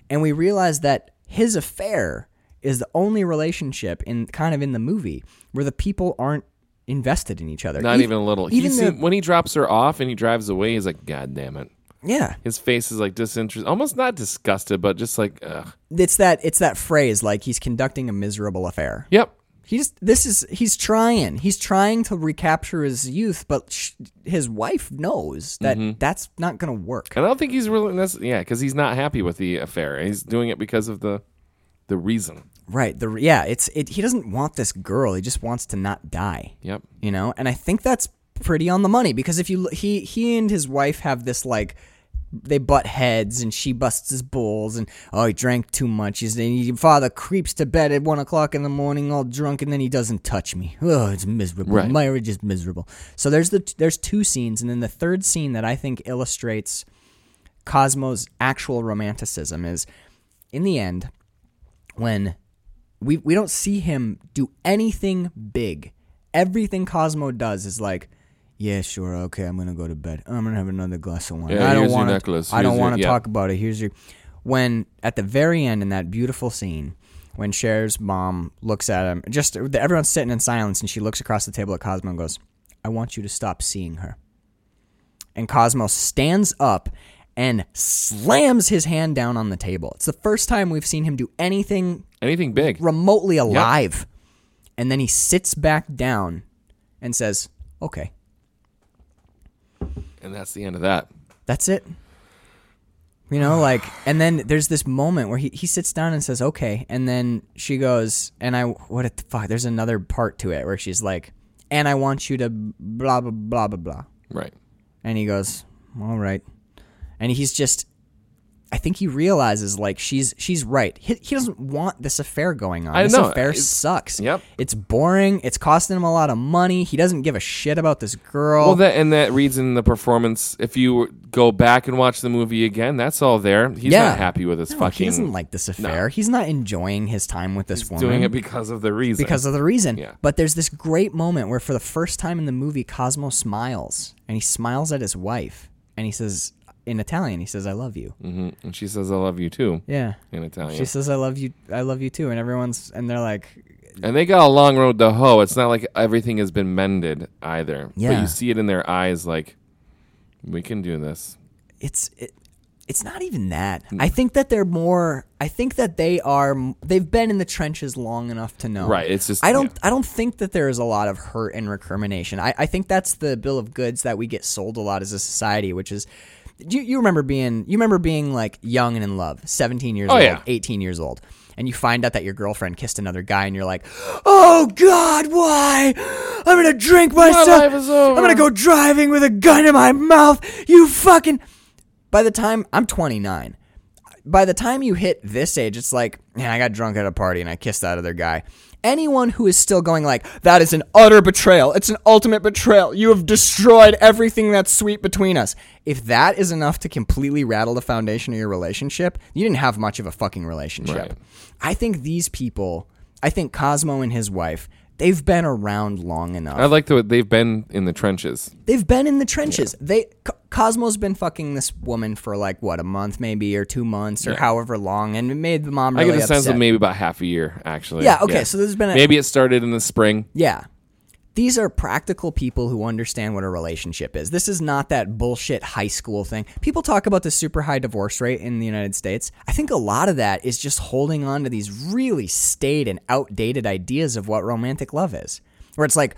And we realize that his affair is the only relationship in kind of in the movie where the people aren't invested in each other. Not E- even a little. Even He's the- when he drops her off and he drives away, he's like, God damn it. yeah. His face is like disinterested, almost not disgusted, but just like, ugh. It's that it's that phrase like he's conducting a miserable affair. Yep. He just this is he's trying. He's trying to recapture his youth, but sh- his wife knows that Mm-hmm. that's not going to work. And I don't think he's really necess- yeah, because he's not happy with the affair. He's doing it because of the the reason. Right. The yeah, it's it he doesn't want this girl. He just wants to not die. Yep. You know? And I think that's pretty on the money because if you l- he he and his wife have this like they butt heads and she busts his balls and oh he drank too much his and your father creeps to bed at one o'clock in the morning all drunk and then he doesn't touch me oh it's miserable Right. marriage is miserable so there's the there's two scenes and then the third scene that I think illustrates Cosmo's actual romanticism is in the end when we we don't see him do anything big. Everything Cosmo does is like, yeah, sure, okay, I'm gonna go to bed. I'm gonna have another glass of wine. Yeah, I don't here's your want necklace. I don't Here's your- want to yeah. talk about it. Here's your. When at the very end in that beautiful scene, when Cher's mom looks at him, just everyone's sitting in silence, and she looks across the table at Cosmo and goes, "I want you to stop seeing her." and Cosmo stands up and slams his hand down on the table. It's the first time we've seen him do anything Anything big. remotely alive. And then he sits back down and says, "Okay, And that's the end of that. that's it." You know, like and then there's this moment where he he sits down and says, "Okay." And then she goes, and I what the fuck, there's another part to it where she's like, "And I want you to blah blah blah blah blah." Right. And he goes, "All right." And he's just I think he realizes like she's she's right. He, he doesn't want this affair going on. I this know. affair It's- sucks. yep. It's boring. It's costing him a lot of money. He doesn't give a shit about this girl. Well, that and that reads in the performance. If you go back and watch the movie again, that's all there. He's Yeah. not happy with his No, fucking. he doesn't like this affair. He's not enjoying his time with this woman. doing it because of the reason. because of the reason. Yeah. But there's this great moment where, for the first time in the movie, Cosmo smiles and he smiles at his wife and he says, in Italian, he says, "I love you." hmm and she says, "I love you too." Yeah. In Italian, She says, "I love you. I love you too," and everyone's and they're like, and they got a long road to hoe. It's not like everything has been mended either. But Yeah. you see it in their eyes, like we can do this. "It's it, it's not even that." Mm. I think that they're more. I think that they are. They've been in the trenches long enough to know. Right, it's just- I don't. yeah. I don't think that there is a lot of hurt and recrimination. I, I think that's the bill of goods that we get sold a lot as a society, which is. You, you remember being you remember being like young and in love, seventeen years Oh, old, yeah. 18 years old and you find out that your girlfriend kissed another guy and you're like oh god why i'm gonna drink myself life is over." i'm gonna go driving with a gun in my mouth you fucking by the time i'm 29 by the time you hit this age it's like man i got drunk at a party and i kissed that other guy anyone who is still going like that is an utter betrayal it's an ultimate betrayal you have destroyed everything that's sweet between us if that is enough to completely rattle the foundation of your relationship you didn't have much of a fucking relationship Right. i think these people i think cosmo and his wife they've been around long enough I like the they've been in the trenches. They've been in the trenches. They Co- Cosmo's been fucking this woman for like what a month, maybe or two months or however long, and it made the mom really I get the upset. sense of maybe about half a year, actually. Yeah, okay, so there's been a- maybe it started in the spring. yeah, these are practical people who understand what a relationship is. This is not that bullshit high school thing. People talk about the super high divorce rate in the United States. I think a lot of that is just holding on to these really staid and outdated ideas of what romantic love is, where it's like.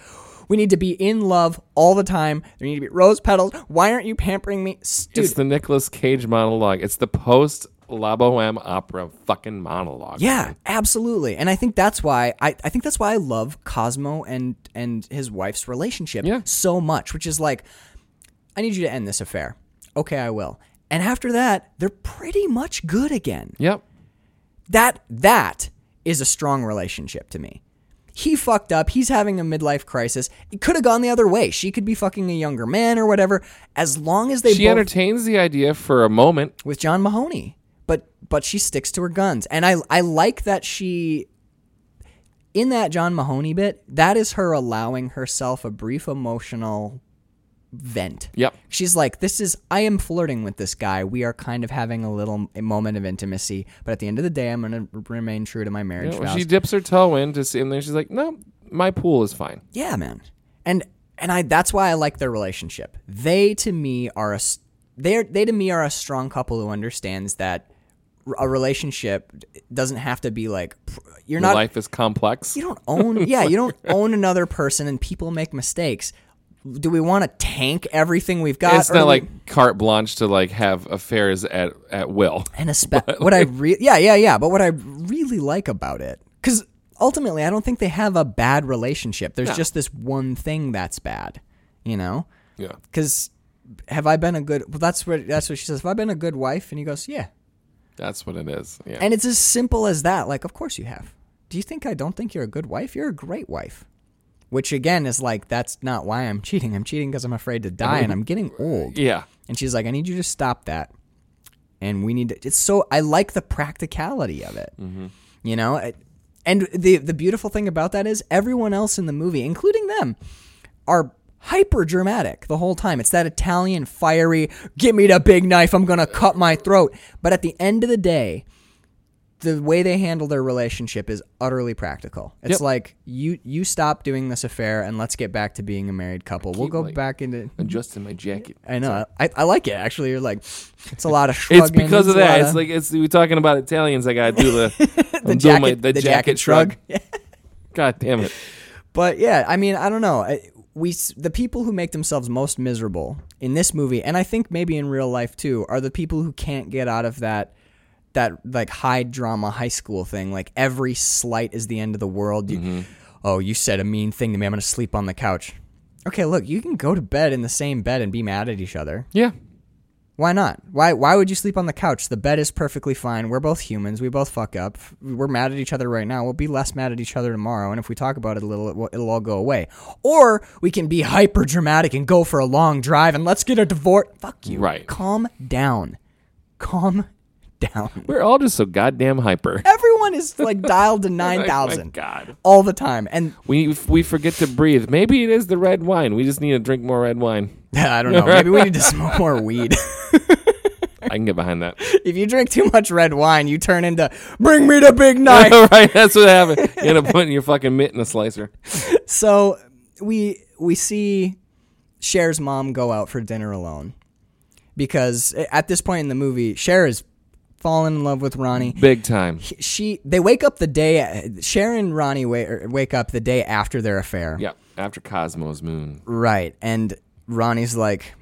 We need to be in love all the time. There need to be rose petals. Why aren't you pampering me? S- Dude, It's the Nicolas Cage monologue. It's the post La Boheme opera fucking monologue. Yeah, absolutely. And I think that's why I, I think that's why I love Cosmo and and his wife's relationship Yeah. so much, which is like I need you to end this affair. Okay, I will. And after that, they're pretty much good again. Yep. That that is a strong relationship to me. He fucked up. He's having a midlife crisis. It could have gone the other way. She could be fucking a younger man or whatever. As long as they She both entertains the idea for a moment. with John Mahoney. But but she sticks to her guns. And I I like that she in that John Mahoney bit, that is her allowing herself a brief emotional vent. Yep. She's like, This is I am flirting with this guy. We are kind of having a little moment of intimacy, but at the end of the day I'm gonna remain true to my marriage You know, vows. she dips her toe in to see, and then she's like, "No, my pool is fine." Yeah, man. And and I that's why I like their relationship. They to me are a s- they are they to me are a strong couple who understands that r- a relationship doesn't have to be like pr- you're not Life is complex. you don't own yeah you don't own another person and people make mistakes do we want to tank everything we've got it's or do not we- like carte blanche to like have affairs at at will. and espe- what i re- yeah yeah yeah but what i really like about it because ultimately i don't think they have a bad relationship there's just this one thing that's bad you know Yeah. because have i been a good well that's what that's what she says have i been a good wife and he goes yeah That's what it is. Yeah. and it's as simple as that like of course you have do you think i don't think you're a good wife you're a great wife which again is like that's not why i'm cheating i'm cheating because i'm afraid to die and i'm getting old yeah. and she's like, I need you to stop that. And we need to. It's so. I like the practicality of it. Mm-hmm. You know? I- And the, the beautiful thing about that is everyone else in the movie, including them, are hyper dramatic the whole time. It's that Italian fiery, give me the big knife, I'm going to cut my throat. But at the end of the day, the way they handle their relationship is utterly practical. It's Yep. like you you stop doing this affair and let's get back to being a married couple. We'll keep, go like, back into Adjusting my jacket. I know. I, I like it actually. You're like, it's a lot of shrugging. It's because of a lot that. It's like it's we're talking about Italians. I gotta do the the, jacket- the jacket God damn it! But yeah, I mean, I don't know. I- We s- the people who make themselves most miserable in this movie, and I think maybe in real life too, are the people who can't get out of that that like high drama high school thing. Like every slight is the end of the world. You, Mm-hmm. Oh, you said a mean thing to me. I'm gonna sleep on the couch. Okay, look, you can go to bed in the same bed and be mad at each other. Yeah, Why not? Why why would you sleep on the couch? The bed is perfectly fine. We're both humans. We both fuck up. We're mad at each other right now. We'll be less mad at each other tomorrow, and if we talk about it a little, it will, it'll all go away. Or we can be hyper dramatic and go for a long drive and let's get a divorce. Fuck you. Right. Calm down. Calm down. we're all just so goddamn hyper. Everyone is like dialed to nine My thousand God, all the time, and we we forget to breathe. Maybe it is the red wine. We just need to drink more red wine. I don't know. Maybe we need to smoke more weed. I can get behind that. if you drink too much red wine, you turn into bring me the big knife. right, that's what happened. You end up putting your fucking mitt in a slicer. So we we see Cher's mom go out for dinner alone because at this point in the movie, Cher is fallen in love with Ronnie. Big time. She they wake up the day Cher and Ronnie wa- er, wake up the day after their affair. Yeah, after Cosmo's moon. Right, and Ronnie's like.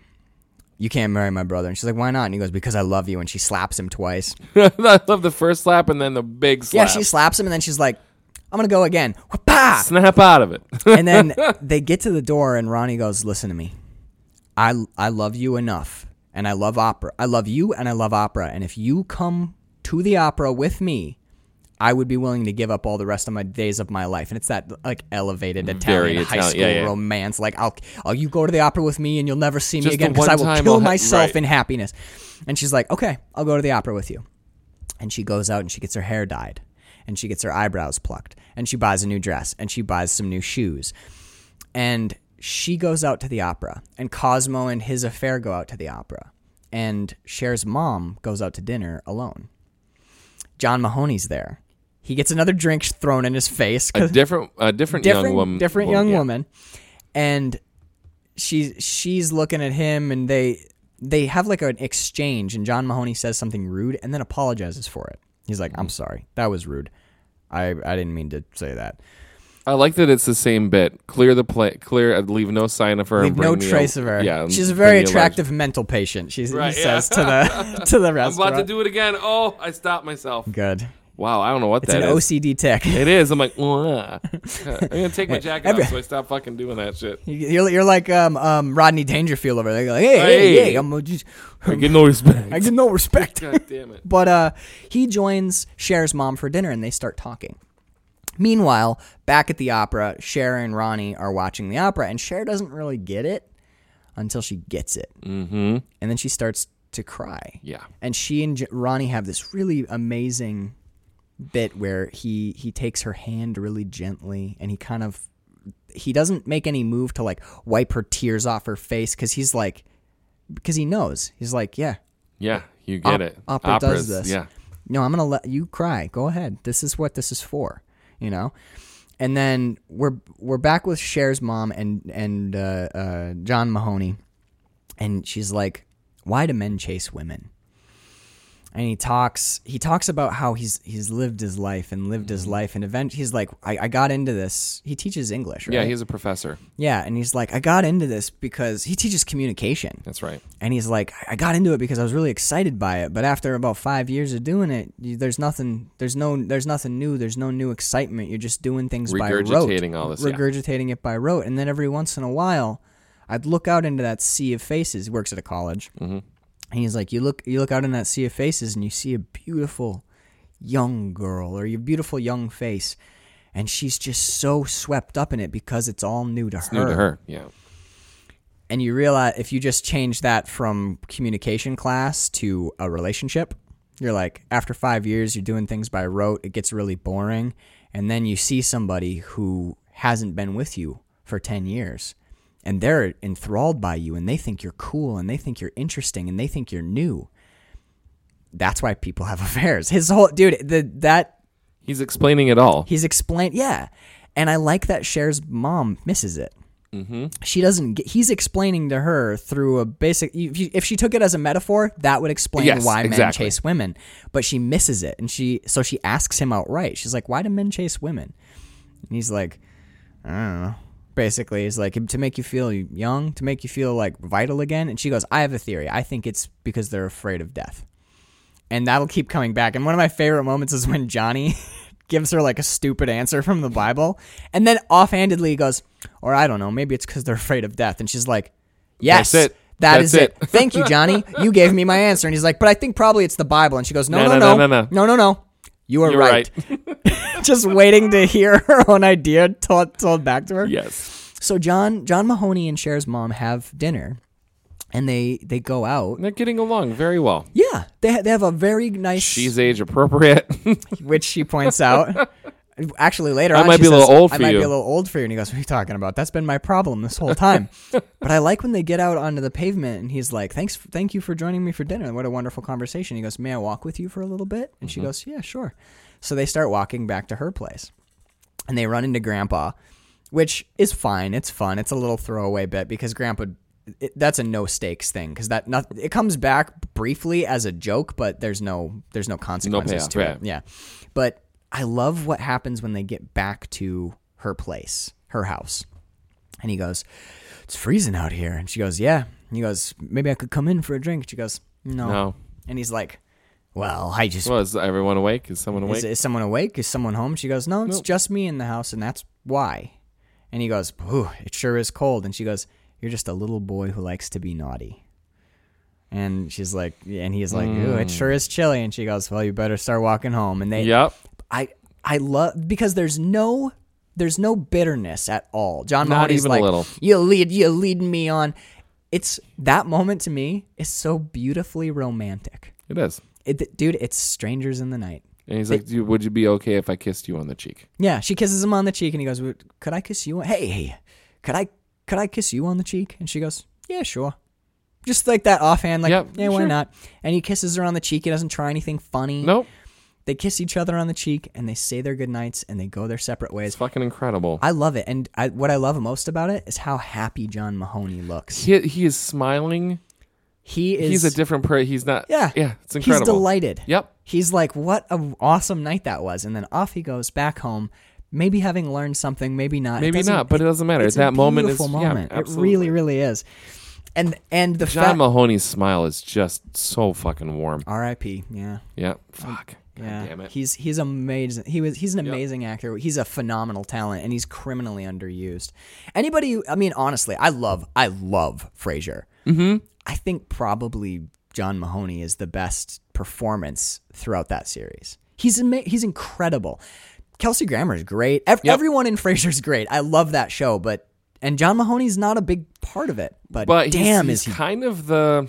You can't marry my brother. And she's like, why not? And he goes, because I love you. And she slaps him twice. I love the first slap and then the big Yeah, slap. she slaps him. And then she's like, I'm going to go again. Wha-pa! Snap out of it. and then they get to the door and Ronnie goes, "Listen to me. I I love you enough and I love opera. I love you and I love opera and if you come to the opera with me, I would be willing to give up all the rest of my days of my life." And it's that like elevated Italian, high Mm, Italian- school yeah, yeah. romance like, "I'll oh, you go to the opera with me and you'll never see me Just the again because one I will time kill I'll ha- myself right. in happiness." And she's like, "Okay, I'll go to the opera with you." and she goes out and she gets her hair dyed and she gets her eyebrows plucked and she buys a new dress and she buys some new shoes and she goes out to the opera and cosmo and his affair go out to the opera and cher's mom goes out to dinner alone john mahoney's there he gets another drink thrown in his face 'cause- a different, a different, different young woman. different young yeah. woman, and she's she's looking at him, and they they have like an exchange, and John Mahoney says something rude, and then apologizes for it. He's like, Mm. "I'm sorry, that was rude. I I didn't mean to say that. I like that it's the same bit. Clear the plate. Clear. uh, Leave no sign of her. and Leave no bring me a- trace of her. Yeah, she's a bring very me lunch. attractive mental patient." She Right, he yeah. says to the to the I'm about restaurant. to do it again. Oh, I stopped myself. Good. Wow, I don't know what It's that an is. OCD tech. It is. I'm like, "Mwah." I'm gonna take my jacket Every- off, so I stop fucking doing that shit. You're, you're like um, um, Rodney Dangerfield over there. You're like, hey, hey, Hey. hey, I'm, gonna just- I get no respect. I get no respect. God damn it. But uh, he joins Cher's mom for dinner and they start talking. Meanwhile, back at the opera, Cher and Ronnie are watching the opera, and Cher doesn't really get it until she gets it. Mm-hmm. And then she starts to cry. Yeah. And she and J- Ronnie have this really amazing bit where he he takes her hand really gently and he kind of he doesn't make any move to like wipe her tears off her face cuz he's like because he knows. He's like, yeah, Yeah, you get Op- it. opera does Operas, this. Yeah. no, I'm gonna let you cry. Go ahead. This is what this is for, you know. And then we're we're back with Cher's mom and and uh, uh, John Mahoney, and she's like, "Why do men chase women?" and he talks he talks about how he's he's lived his life and lived Mm-hmm. his life and event he's like I, I got into this he teaches english right Yeah, he's a professor. yeah and he's like i got into this because he teaches communication That's right. and he's like i got into it because i was really excited by it but after about five years of doing it you, there's nothing there's no there's nothing new there's no new excitement you're just doing things by rote Regurgitating all this, yeah. regurgitating it by rote and then every once in a while i'd look out into that sea of faces he works at a college mm-hmm. and he's like you look you look out in that sea of faces and you see a beautiful young girl or your beautiful young face and she's just so swept up in it because it's all new to her New to her. Yeah. and you realize if you just change that from communication class to a relationship, you're like, after five years, you're doing things by rote, it gets really boring. And then you see somebody who hasn't been with you for 10 years and they're enthralled by you and they think you're cool and they think you're interesting and they think you're new. That's why people have affairs. His whole dude, the, that He's explaining it all. He's explained, yeah, and I like that Cher's mom misses it. Mm-hmm. She doesn't. Get, he's explaining to her through a basic. If, you, if she took it as a metaphor, that would explain Yes, why men exactly. chase women. But she misses it, and she so she asks him outright. She's like, "Why do men chase women?" And he's like, "I don't know." Basically, he's like to make you feel young, to make you feel like vital again. And she goes, "I have a theory. I think it's because they're afraid of death." and that'll keep coming back. And one of my favorite moments is when Johnny gives her like a stupid answer from the Bible, and then offhandedly he goes, "Or I don't know, maybe it's because they're afraid of death." And she's like, "Yes, That's it. that That's is it. it." Thank you, Johnny. You gave me my answer." And he's like, "But I think probably it's the Bible." And she goes, "No, no, No, no, no, no, no, no, no. You are You're right." right. Just waiting to hear her own idea told, told back to her. yes. So John John Mahoney and Cher's mom have dinner, and they they go out. And they're getting along very well. Yeah, they ha- they have a very nice. She's age appropriate. which she points out. Actually, later I on, might she be a little says, old I for might you." be a little old for you. And he goes, "What are you talking about? That's been my problem this whole time." but I like when they get out onto the pavement, and he's like, "Thanks, thank you for joining me for dinner. What a wonderful conversation." He goes, "May I walk with you for a little bit?" Mm-hmm. And she goes, "Yeah, sure." So they start walking back to her place, and they run into Grandpa, which is fine. It's fun. It's a little throwaway bit because Grandpa. It, that's a no stakes thing because that not, it comes back briefly as a joke, but there's no there's no consequences payoff, to it. right. Yeah. But I love what happens when they get back to her place, her house. And he goes, It's freezing out here. And she goes, Yeah. And he goes, Maybe I could come in for a drink. She goes, No. No. And he's like, Well, I just well, is everyone awake? Is someone awake? is, is someone awake? Is someone home? She goes, No, it's just me in the house, and that's why. And he goes, Whew, it sure is cold. And she goes, You're just a little boy who likes to be naughty. And she's like, and he's like, Ooh, it sure Hmm. is chilly. And she goes, Well, you better start walking home. And they, Yep. I I love because there's no there's no bitterness at all. John Not Mahoney's even a like little. you lead you leading me on. It's that moment to me is so beautifully romantic. It is. It, dude, it's strangers in the night. And he's like, "Dude, "Would you be okay if I kissed you on the cheek?" Yeah, she kisses him on the cheek, and he goes, "Well, "Could I kiss you? on- Hey, hey, could I could I kiss you on the cheek?" And she goes, "Yeah, sure." Just like that offhand, like, Yep, yeah, why sure. not? And he kisses her on the cheek. He doesn't try anything funny. Nope. They kiss each other on the cheek and they say their goodnights and they go their separate ways. It's fucking incredible. I love it, and I, what I love most about it is how happy John Mahoney looks. He, he is smiling. He is. he's a different person. He's not. yeah, Yeah. It's incredible. He's delighted. Yep. He's like, "What an awesome night that was!" And then off he goes back home, maybe having learned something, maybe not. It Maybe doesn't- not, but it doesn't matter. It's a That moment is- beautiful yeah, moment. it absolutely. really, really is. And and the John fact, Mahoney's smile is just so fucking warm. R.I.P. Yeah. Yeah. Fuck. God Yeah, damn it. he's he's amazing. He was he's an amazing actor. He's a phenomenal talent, and he's criminally underused. Anybody, who- I mean, honestly, I love I love Frasier. Mm-hmm. I think probably John Mahoney is the best performance throughout that series. He's ama- he's incredible. Kelsey Grammer is great. Ev- Everyone in Frasier's great. I love that show, but and John Mahoney's not a big part of it. But, but he's- damn, he's, is he kind of the.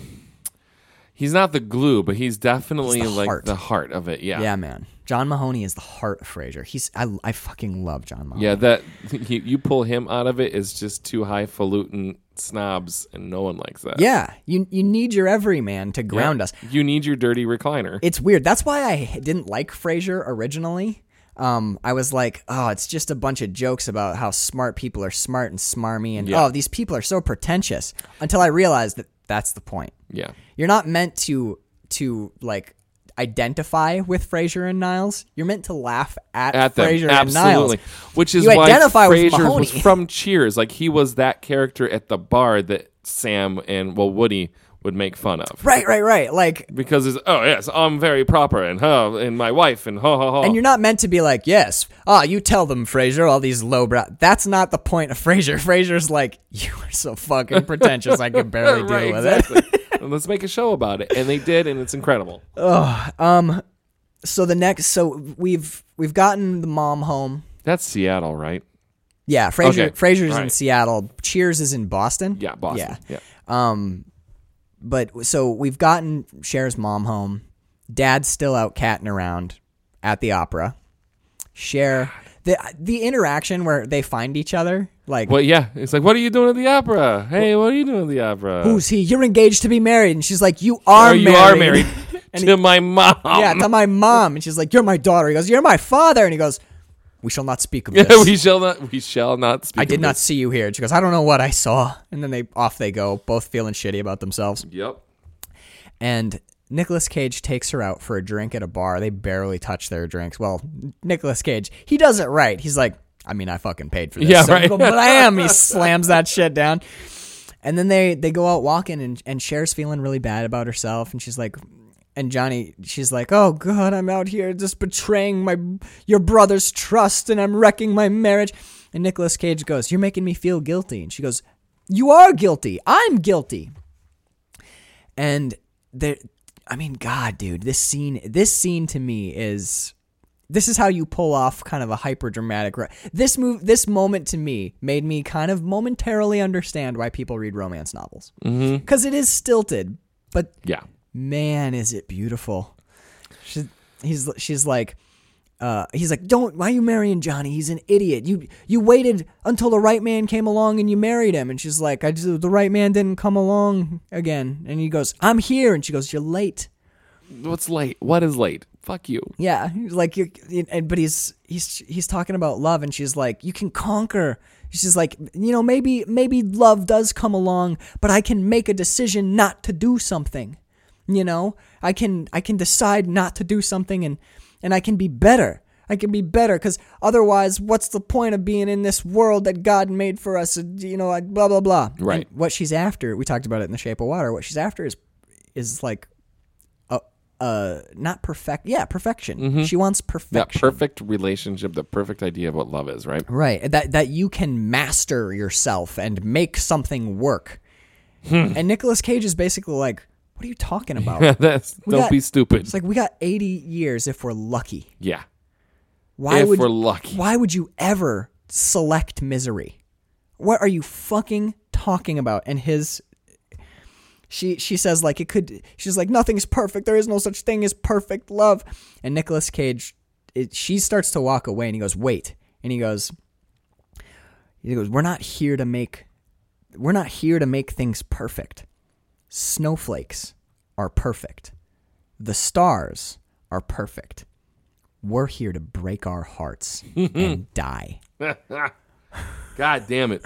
He's not the glue, but he's definitely He's the like heart. the heart of it. Yeah. yeah, man. John Mahoney is the heart of Frasier. He's I, I fucking love John Mahoney. Yeah, that you, you pull him out of it is just two highfalutin snobs, and no one likes that. Yeah, you you need your everyman to ground us. You need your dirty recliner. It's weird. That's why I didn't like Frasier originally. Um, I was like, oh, it's just a bunch of jokes about how smart people are smart and smarmy, and Yeah. oh, these people are so pretentious. Until I realized that that's the point. yeah. You're not meant to to like identify with Fraser and Niles. You're meant to laugh at, at them. Fraser Absolutely. and Niles. Which is You why identify with Frasier was Mahoney. from Cheers. Like he was that character at the bar that Sam and well Woody would make fun of. Right, right, right. Like Because it's oh yes, I'm very proper and huh and my wife and ha ha ha. And you're not meant to be like, yes, ah, you tell them, Frasier, all these lowbrow. That's not the point of Frasier. Frasier's like, you are so fucking pretentious, I can barely deal right, with it. exactly. And Let's make a show about it. And they did, and it's incredible. So the next, so we've we've gotten the mom home. That's Seattle, right? Yeah, Frasier. Okay. Frasier's in Right. Seattle. Cheers is in Boston. Yeah, Boston. Yeah, um, yeah. but so we've gotten Cher's mom home. Dad's still out catting around at the opera. Cher, the the interaction where they find each other, like Well, yeah. It's like, what are you doing at the opera? Hey, what are you doing at the opera? who's he? You're engaged to be married. And she's like, you are Or married. Oh, you are married to my mom. yeah, to my mom. And she's like, you're my daughter. He goes, you're my father. And he goes, we shall not speak of this. we shall not. We shall not speak. I of did not this. see you here. And she goes, I don't know what I saw. And then they off they go, both feeling shitty about themselves. Yep. And Nicolas Cage takes her out for a drink at a bar. They barely touch their drinks. Well, Nicolas Cage, he does it right. He's like, I mean, I fucking paid for this. Yeah, So right. blam, he slams that shit down. And then they they go out walking, and and Cher's feeling really bad about herself, and she's like, and Johnny, she's like, oh god, I'm out here just betraying my your brother's trust, and I'm wrecking my marriage. And Nicolas Cage goes, you're making me feel guilty, and she goes, you are guilty. I'm guilty and there i mean god dude this scene this scene to me is this is how you pull off kind of a hyper dramatic this move this moment to me made me kind of momentarily understand why people read romance novels because mm-hmm. is stilted but Yeah. man is it beautiful she, he's she's like uh, he's like, don't. Why are you marrying Johnny? He's an idiot. You you waited until the right man came along and you married him. And she's like, I just, the right man didn't come along again. And he goes, I'm here. And she goes, you're late. What's late? What is late? Fuck you. Yeah, he's like you. And but he's he's he's talking about love, and she's like, you can conquer. She's like, you know, maybe maybe love does come along, but I can make a decision not to do something. You know, I can I can decide not to do something, and and I can be better. I can be better because otherwise, what's the point of being in this world that God made for us? You know, like blah blah blah. Right. And what she's after, we talked about it in the Shape of Water. What she's after is is like uh not perfect yeah perfection Mm-hmm. she wants That perfection perfect relationship, the perfect idea of what love is, right? right that that you can master yourself and make something work Hmm. and Nicolas Cage is basically like what are you talking about That's We don't got- be stupid. it's like we got 80 years if we're lucky yeah. why if would we're lucky. why would you ever select misery what are you fucking talking about and his she she says like it could she's like nothing's perfect there is no such thing as perfect love and Nicolas Cage it, she starts to walk away and he goes wait and he goes he goes we're not here to make we're not here to make things perfect snowflakes are perfect the stars are perfect we're here to break our hearts and die God damn it.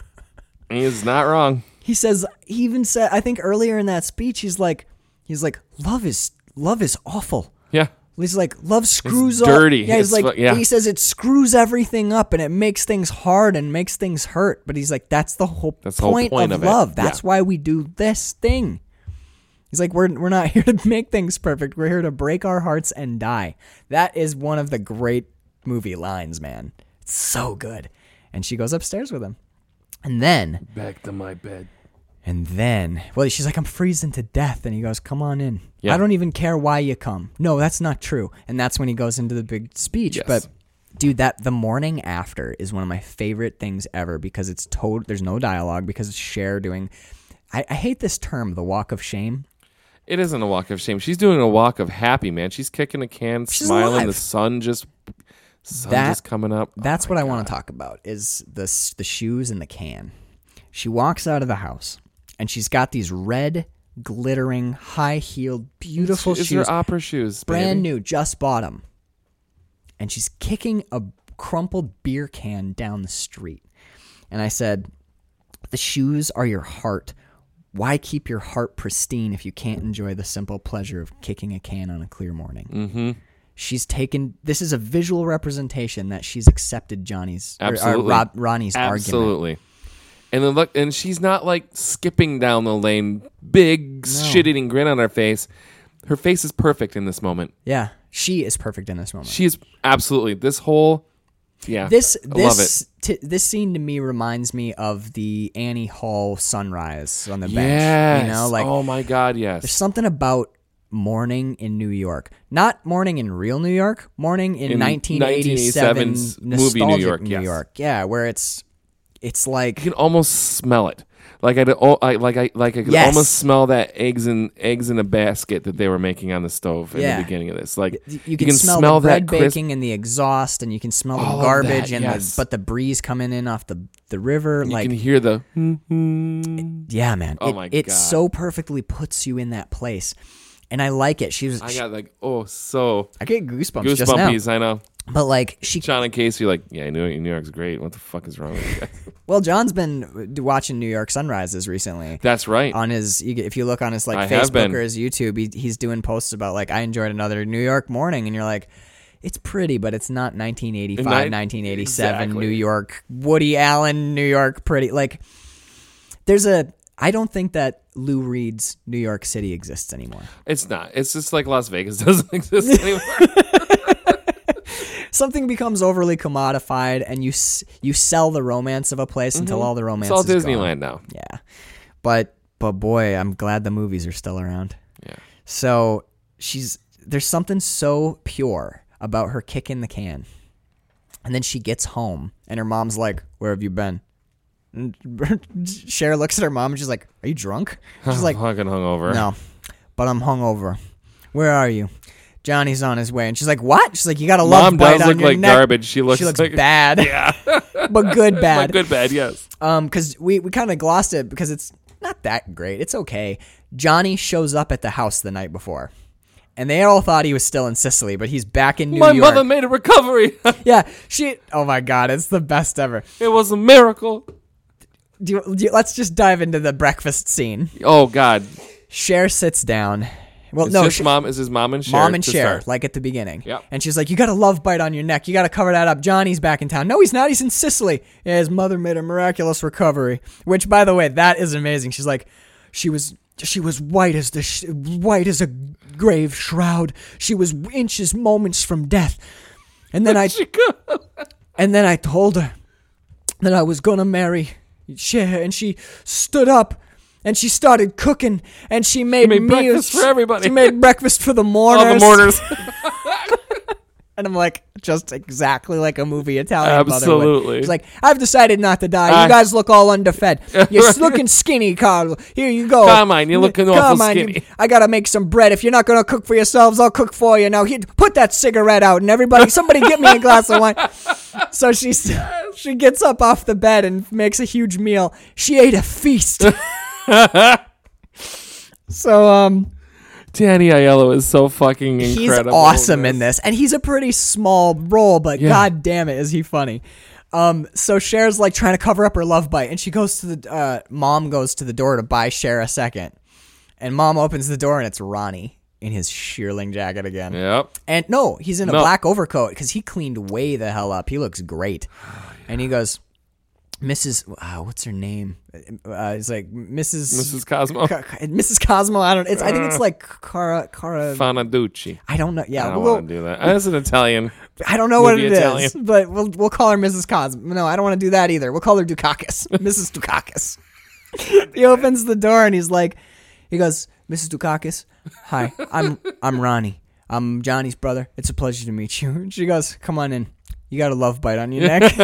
He's not wrong. he says he even said i think earlier in that speech he's like he's like love is love is awful Yeah. he's like love screws up dirty. yeah he's It's like fu- yeah. he says it screws everything up and it makes things hard and makes things hurt but he's like that's the whole, That's the whole point, point of, of it. love that's Yeah. why we do this thing he's like we're, we're not here to make things perfect we're here to break our hearts and die that is one of the great movie lines man it's so good and she goes upstairs with him and then Back to my bed. and then, well, she's like, I'm freezing to death. And he goes, Come on in. Yeah. I don't even care why you come. No, that's not true. And that's when he goes into the big speech. Yes. But, dude, that the morning after is one of my favorite things ever because it's told, there's no dialogue because it's Cher doing. I, I hate this term, the walk of shame. It isn't a walk of shame. She's doing a walk of happy, man. She's kicking a can, She's smiling. alive. The sun just, sun That- just coming up. That's what I want to talk about is the s- the shoes and the can. She walks out of the house and she's got these red, glittering, high-heeled, beautiful It's shoes. her opera shoes, brand baby. new, just bought 'em. And she's kicking a crumpled beer can down the street. And I said, The shoes are your heart. Why keep your heart pristine if you can't enjoy the simple pleasure of kicking a can on a clear morning? Mm-hmm. She's taken. This is a visual representation that she's accepted Johnny's or- or Absolutely. Rob, Ronnie's argument. Absolutely. And then look, and she's not like skipping down the lane, big shit-eating grin on her face. Her face is perfect in this moment. Yeah, she is perfect in this moment. She is absolutely this whole. Yeah, this I love it. this t- this scene to me reminds me of the Annie Hall sunrise on the Yes. bench. You know, like oh my god, yes. there's something about morning in New York, not morning in real New York, morning in, In 1987 1987's nostalgic movie New York, yes. yeah, where it's it's like you can almost smell it. Like I'd, oh, I like I like I could Yes. almost smell that eggs and eggs in a basket that they were making on the stove in Yeah. the beginning of this. Like you can, smell, the bread baking and the exhaust, and you can smell All the of garbage that, and yes. the, but the breeze coming in off the the river. You like can hear the Yeah, man. Oh it, my it God. so perfectly puts you in that place. And I like it. She was I she- got like oh so I get goosebumps just now. goosebumpies. I know. But like she Sean and Casey like yeah, New York, New York's great. What the fuck is wrong with you guys? well, John's been d- watching New York sunrises recently. That's right. on his you get- if you look on his like I have Facebook been. or his YouTube, he, he's doing posts about like I enjoyed another New York morning and you're like it's pretty, but it's not 1985, And I- 1987 exactly. New York, Woody Allen, New York, pretty. Like, there's a. I don't think that Lou Reed's New York City exists anymore. It's not. It's just like Las Vegas doesn't exist anymore. something becomes overly commodified and you s- you sell the romance of a place until all the romance Mm-hmm. it's all is gone. Disneyland now. Yeah. But but boy, I'm glad the movies are still around. Yeah. So she's there's something so pure about her kicking the can. And then she gets home and her mom's like, "Where have you been?" And Cher looks at her mom and she's like, "Are you drunk?" She's like, I'm Ah, fucking hungover. no, but I'm hungover. Where are you? Johnny's on his way, and she's like, "What?" She's like, "You got a love Mom bite does on look your like neck." garbage. She looks she looks like- bad, yeah, but good My bad. good bad. Yes. Um, because we we kind of glossed it because it's not that great. It's okay. Johnny shows up at the house the night before, and they all thought he was still in Sicily, but he's back in New My York. mother made a recovery. yeah, she. Oh my God, it's the best ever. it was a miracle. Do you, do you- let's just dive into the breakfast scene. Oh God. Cher sits down. Well, It's no, just she- mom. It's his mom and Cher. mom and to Cher, start. like at the beginning. Yep. And she's like, "You got a love bite on your neck. You got to cover that up." Johnny's back in town. No, he's not. He's in Sicily. Yeah, his mother made a miraculous recovery. Which, by the way, that is amazing. She's like, she was. She was white as the sh- white as a grave shroud. She was inches, moments from death. And then I and then I told her that I was gonna marry Cher, and she stood up and she started cooking and she made, made meals breakfast for everybody. She made breakfast for the mourners. All Oh, the mourners. And I'm like, just exactly like a movie Italian mother would. Absolutely. Ah. She's like, I've decided not to die. I- you guys look all underfed. You're looking skinny, Carl. Here you go. Carmine, you're looking awful Carmine, you- skinny. I gotta make some bread. If you're not gonna cook for yourselves, I'll cook for you. Now, here, put that cigarette out, and everybody, somebody, get me a glass of wine. So she s- she gets up off the bed and makes a huge meal. She ate a feast. so um, Danny Aiello is so fucking he's incredible. awesome in this, and he's a pretty small role, but Yeah. god damn it, is he funny. Um, so Cher's like trying to cover up her love bite, and she goes to the uh, mom goes to the door to buy Cher a second, and mom opens the door, and it's Ronnie in his shearling jacket again. Yep. And no, he's in a No. black overcoat because he cleaned way the hell up. He looks great. Oh, And he goes, Mrs. Uh, what's her name? Uh, it's like Mrs. Mrs. Cosmo. Co- Co- Mrs. Cosmo. I don't. It's, I think it's like Cara. Cara. Fanaducci. I don't know. Yeah, I don't we'll, want to do that. That's an Italian. I don't know what Movie it is, Italian. but we'll we'll call her Mrs. Cosmo. No, I don't want to do that either. We'll call her Dukakis, Mrs. Dukakis. he opens the door and he's like, he goes, Mrs. Dukakis, hi, I'm I'm Ronnie. I'm Johnny's brother. It's a pleasure to meet you. And she goes, come on in. You got a love bite on your neck.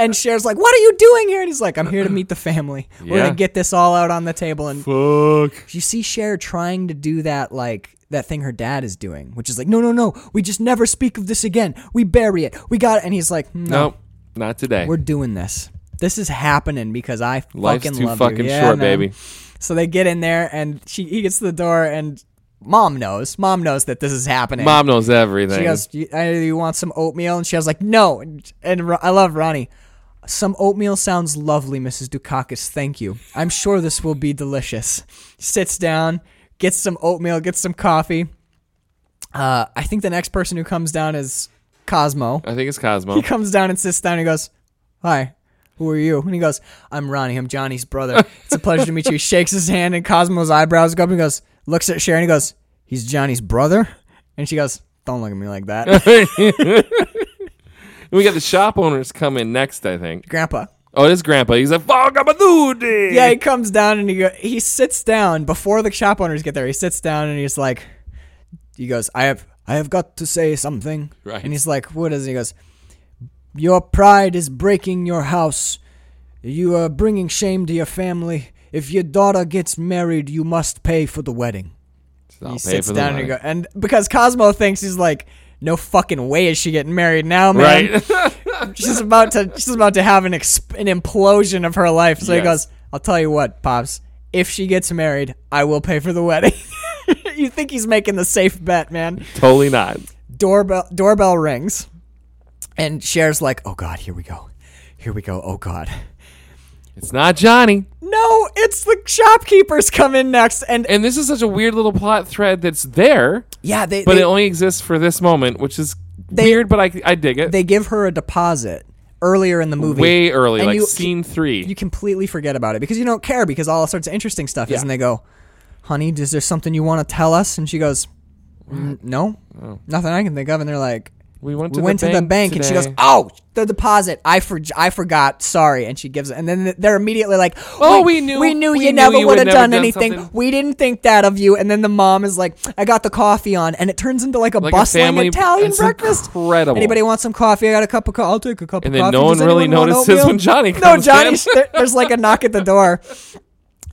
and Cher's like, what are you doing here? And he's like, I'm here to meet the family. We're Yeah. gonna get this all out on the table and Fuck. you see Cher trying to do that like that thing her dad is doing, which is like, no, no, no, we just never speak of this again. We bury it. We got it. And he's like, no, Nope. Not today. we're doing this. This is happening because I Life's fucking too love fucking you. Yeah, short, man. baby. So they get in there, and she he gets to the door, and mom knows. Mom knows that this is happening. Mom knows everything. She goes, "You- I, you want some oatmeal? And she was like, no. And, and Ro- I love Ronnie. Some oatmeal sounds lovely, Mrs. Dukakis. Thank you. I'm sure this will be delicious. Sits down, gets some oatmeal, gets some coffee. Uh, I think the next person who comes down is Cosmo. I think it's Cosmo. He comes down and sits down and he goes, Hi, who are you? And he goes, I'm Ronnie. I'm Johnny's brother. It's a pleasure to meet you. He shakes his hand and Cosmo's eyebrows go up and he goes, looks at Sharon and he goes, He's Johnny's brother? And she goes, Don't look at me like that. we got the shop owners come in next, I think. Grandpa. Oh, it is Grandpa. He's a Vagabadoodie. Yeah, he comes down and he go, he sits down before the shop owners get there. He sits down and he's like, he goes, I have I have got to say something. Right. And he's like, what is it? He goes, your pride is breaking your house. You are bringing shame to your family. If your daughter gets married, you must pay for the wedding. I'll he pay sits for the down and money. he go, and because Cosmo thinks he's like, no fucking way is she getting married now, man. Right. she's about to she's about to have an exp- an implosion of her life. So he Yes. goes, "I'll tell you what, pops. If she gets married, I will pay for the wedding." you think he's making the safe bet, man? totally not. Doorbell doorbell rings, and Cher's like, "Oh God, here we go, here we go. Oh God." It's not Johnny. No, it's the shopkeepers come in next, and And this is such a weird little plot thread that's there, yeah, they but they, it only exists for this moment, which is weird, but I, I dig it. they give her a deposit earlier in the movie, Way early, and like you- scene three. you completely forget about it because you don't care because all sorts of interesting stuff is. Yeah. And they go, "Honey, is there something you want to tell us?" And she goes, "N- "No, Oh. nothing I can think of." And they're like, we went to "We went the to bank the bank," and she goes, today. "Oh, the deposit. I for- I forgot. Sorry." And she gives it, and then th- they're immediately like, Oh, we knew- we knew we you knew never you would have would never done done anything. something." We didn't think that of you." And then the mom is like, "I got the coffee on," and it turns into like a Like a bustling family- Italian it's breakfast. incredible. Anybody want some coffee? I got a cup of coffee. I'll take a cup And of then coffee. no one Does really anyone want notices oatmeal?" when Johnny No, comes Johnny. in. there- there's like a knock at the door.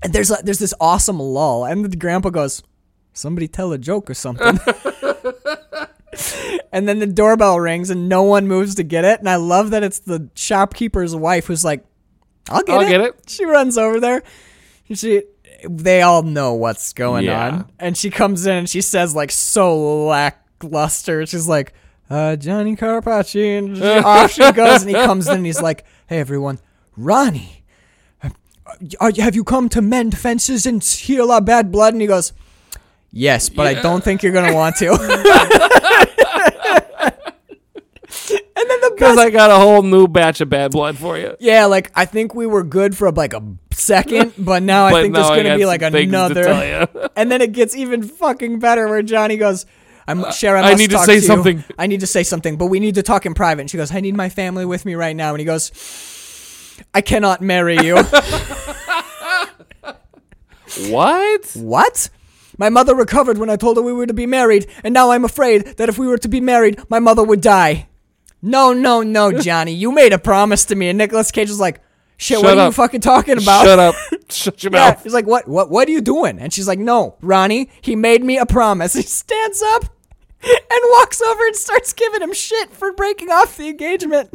And there's a, there's this awesome lull, and the grandpa goes, "Somebody tell a joke or something." and then the doorbell rings, and no one moves to get it. And I love that it's the shopkeeper's wife who's like, "I'll get I'll it." get it. She runs over there. And She, they all know what's going Yeah. on, and she comes in and she says like so lackluster. She's like, uh, "Johnny Carpacci," and she- off she goes. And he comes in and he's like, "Hey everyone, Ronnie." are, you- have you come to mend fences and heal our bad blood? And he goes, Yes, but I don't think you're going to want to. and then the Because best. I got a whole new batch of bad blood for you. yeah, like I think we were good for like a second, but now I But think now there's I going to got be like some things to another. tell ya. and then it gets even fucking better where Johnny goes, I'm Cher, I, Uh, I must need to talk say you. something." I need to say something, but we need to talk in private. And she goes, I need my family with me right now. And he goes, I cannot marry you. What? What? My mother recovered when I told her we were to be married, and now I'm afraid that if we were to be married, my mother would die. No, no, no, Johnny. you made a promise to me. And Nicolas Cage was like, shit, what Shut are you up. fucking talking about? Shut up. Shut your Yeah. mouth. He's like, what, what, what are you doing? And she's like, no, Ronnie, he made me a promise. He stands up and walks over and starts giving him shit for breaking off the engagement.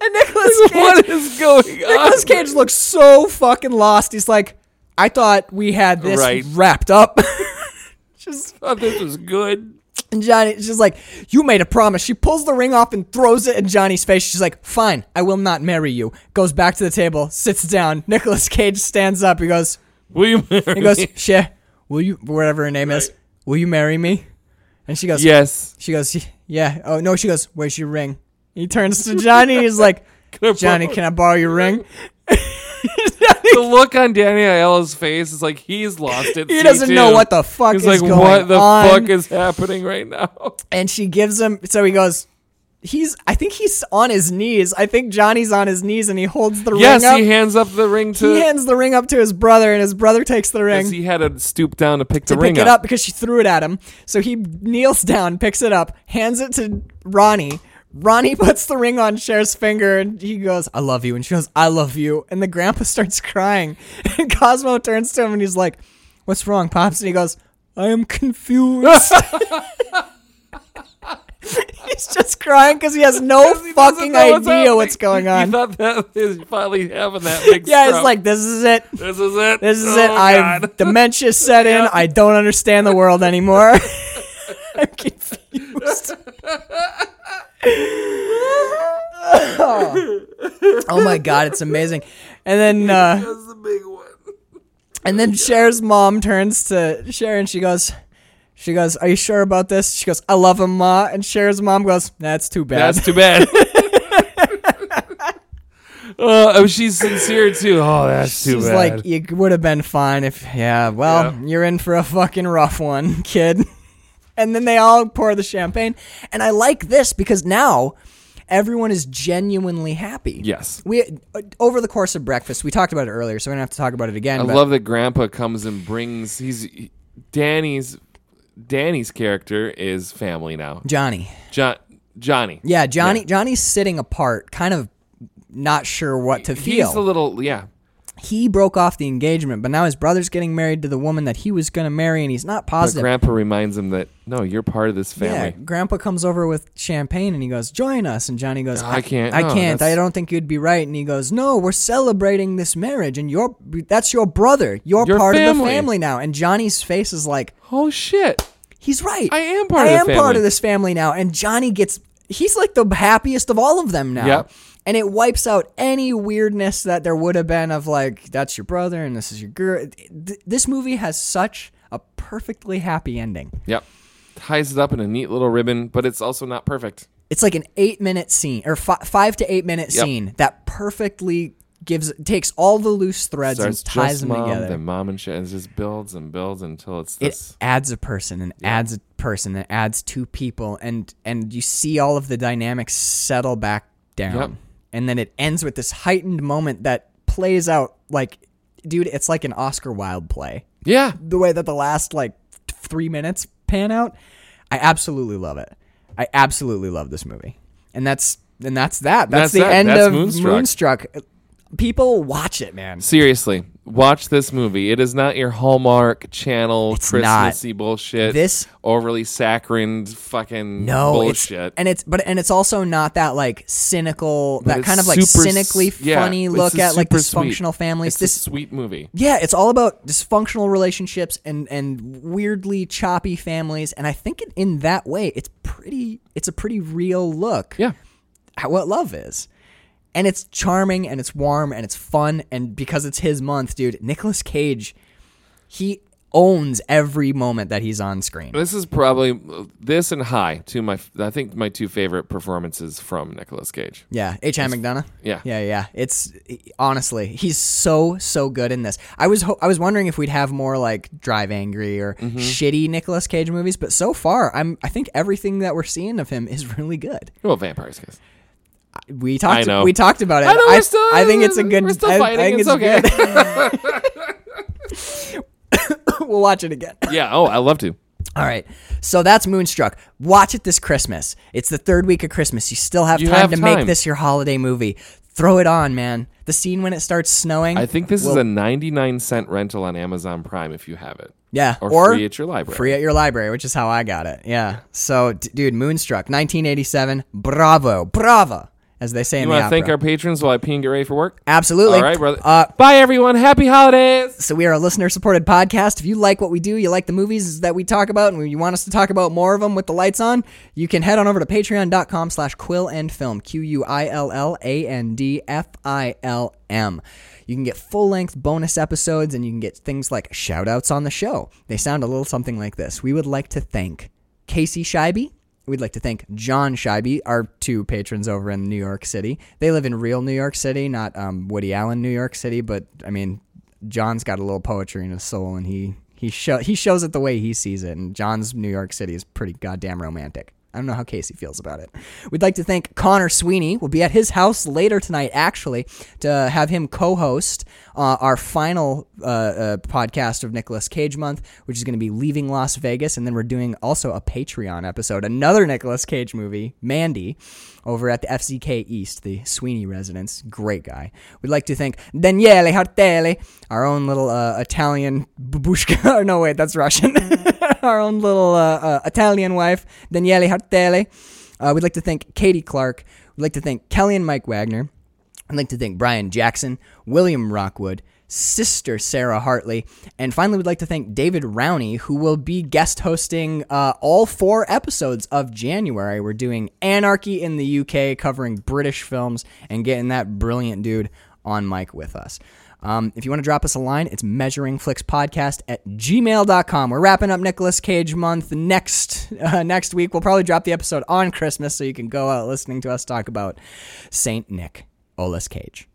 And Nicolas Cage What is going on? Nicolas Cage looks so fucking lost. He's like, I thought we had this Right. wrapped up. just Oh, this is good. and Johnny, she's like, you made a promise. She pulls the ring off and throws it in Johnny's face. She's like, fine, I will not marry you. Goes back to the table, sits down. Nicolas Cage stands up. He goes, Will you marry he goes, me? She, will you, whatever her name is, will you marry me? And she goes, Yes. She goes, yeah. Oh no, she goes, where's your ring? He turns to Johnny. He's like, I borrow- Johnny, can I borrow your ring? The look on Danny Aiello's face is like he's lost it. He doesn't know what the fuck He's is like, going what the on. fuck is happening right now? and she gives him so he goes he's i think he's on his knees i think johnny's on his knees and he holds the Yes, ring up he hands up the ring to. he hands the ring up to his brother and his brother takes the 'cause ring he had to stoop down to pick to the ring pick it up because she threw it at him so he kneels down picks it up hands it to ronnie ronnie puts the ring on Cher's finger and he goes i love you and she goes i love you and the grandpa starts crying and cosmo turns to him and he's like what's wrong pops and he goes i am confused He's just crying because he has no He doesn't fucking know idea happening. what's going He on. thought that is finally having that big Yeah, it's stroke. like this is it. this is it. This is oh, it. God. I've dementia set in. I don't understand the world anymore. I'm confused. Oh my god, it's amazing. And then uh That's the big one. and then Cher's mom turns to Cher and she goes she goes, "Are you sure about this?" She goes, "I love him, ma." And Cher's mom goes, "That's too bad." That's too bad. oh, oh, she's sincere too. Oh, that's too She's bad. like, "You would have been fine if yeah, well, Yeah. you're in for a fucking rough one, kid." And then they all pour the champagne, and I like this because now everyone is genuinely happy. yes. We uh, over the course of breakfast, we talked about it earlier, so we don't have to talk about it again. I but- love that Grandpa comes and brings. He's he- Danny's. Danny's character is family now. Johnny. John Johnny. Yeah, Johnny. Johnny's sitting apart, kind of not sure what to He's the feel. little yeah. he broke off the engagement, but now his brother's getting married to the woman that he was going to marry, and he's not But positive. Grandpa reminds him that no, you're part of this yeah, family. Grandpa comes over with champagne, and he goes, "Join us." And Johnny goes, I can't. I No, can't. that's- I don't think you'd be right." And he goes, "No, we're celebrating this marriage, and you're that's your brother. You're Your part of the family." family now." And Johnny's face is like, Oh shit! He's right. I am part I of the am part family. of this family now, and Johnny gets. He's like the happiest of all of them now. Yep. And it wipes out any weirdness that there would have been of like that's your brother and this is your girl. Th- This movie has such a perfectly happy ending. Yep. Ties it up in a neat little ribbon, but it's also not perfect. It's like an eight minute scene or fi- five to eight minute Yep. scene that perfectly gives takes all the loose threads Starts and ties just them mom, together. then mom and shit, and it just builds and builds until it's this. it adds a person and adds a person and adds two people and and you see all of the dynamics settle back down Yep. and then it ends with this heightened moment that plays out like dude it's like an oscar wilde play yeah, the way that the last like t- three minutes pan out i absolutely love it i absolutely love this movie and that's and that's that That's that's, the that. end That's of Moonstruck. moonstruck people watch it man seriously, watch this movie. It is not your Hallmark Channel It's Christmassy bullshit. This- overly saccharine fucking No, it's- bullshit. and it's but and it's also not that like cynical, that it's kind of like super s- cynically yeah, funny it's look a at like super sweet- dysfunctional families. It's this a sweet movie. yeah, it's all about dysfunctional relationships and and weirdly choppy families. And I think it, in that way, it's pretty. It's a pretty real look Yeah. at what love is. And it's charming and it's warm and it's fun and because it's his month, dude. Nicolas Cage, he owns every moment that he's on screen. This is probably this and High, two of my I think my two favorite performances from Nicolas Cage. Yeah, H. I. McDonough. yeah. yeah, yeah. It's honestly, he's so so good in this. I was ho- I was wondering if we'd have more like Drive Angry or shitty Nicolas Cage movies, but so far, I'm I think everything that we're seeing of him is really good. Well, vampires, guys. We talked I know. we talked about it. I know we're still. I think it's a good. We're still I, I fighting. think it's, it's, okay. good. we'll watch it again. yeah. Oh, I love to. All right, so that's Moonstruck. Watch it this Christmas. It's the third week of Christmas. You still have You time have to time. make this your holiday movie. Throw it on, man. The scene when it starts snowing. I think this will- is a 99 cent rental on Amazon Prime if you have it. Yeah, Or, free at your library. free at your library, which is how I got it. Yeah. So, d- dude, Moonstruck, 1987. Bravo, brava, as they say in you the want to opera. thank our patrons while I pee and get ready for work? Absolutely. All right, brother. Uh, Bye, everyone. Happy holidays. so we are a listener-supported podcast. If you like what we do, you like the movies that we talk about, and you want us to talk about more of them with the lights on, you can head on over to patreon.com slash quill and film, Q-U-I-L-L-A-N-D-F-I-L-M. You can get full-length bonus episodes, and you can get things like shout-outs on the show. They sound a little something like this. We would like to thank Casey Scheibe, We'd like to thank John Scheibe, our two patrons over in New York City. They live in real New York City, not um, Woody Allen New York City, but I mean, John's got a little poetry in his soul, and he he show, he shows it the way he sees it. And John's New York City is pretty goddamn romantic. I don't know how Casey feels about it. We'd like to thank Connor Sweeney. We'll be at his house later tonight, actually, to have him co-host uh, our final uh, uh, podcast of Nicolas Cage Month, which is going to be leaving Las Vegas, and then we're doing also a Patreon episode, another Nicolas Cage movie, Mandy, over at the FCK East, the Sweeney residence. Great guy. We'd like to thank Daniele Hartelli, our own little uh, Italian babushka. no, wait, that's Russian. our own little uh, uh, Italian wife, Daniele Hartelli. Uh, we'd like to thank Katie Clark. We'd like to thank Kelly and Mike Wagner. I'd like to thank Brian Jackson, William Rockwood, sister Sarah Hartley. And finally, we'd like to thank David Rowney, who will be guest hosting uh, all four episodes of January. We're doing Anarchy in the UK, covering British films, and getting that brilliant dude on mic with us. Um, if you want to drop us a line, it's measuringflixpodcast at gmail.com. We're wrapping up Nicolas Cage month next uh, next week. We'll probably drop the episode on Christmas so you can go out listening to us talk about Saint Nick, Olas Cage.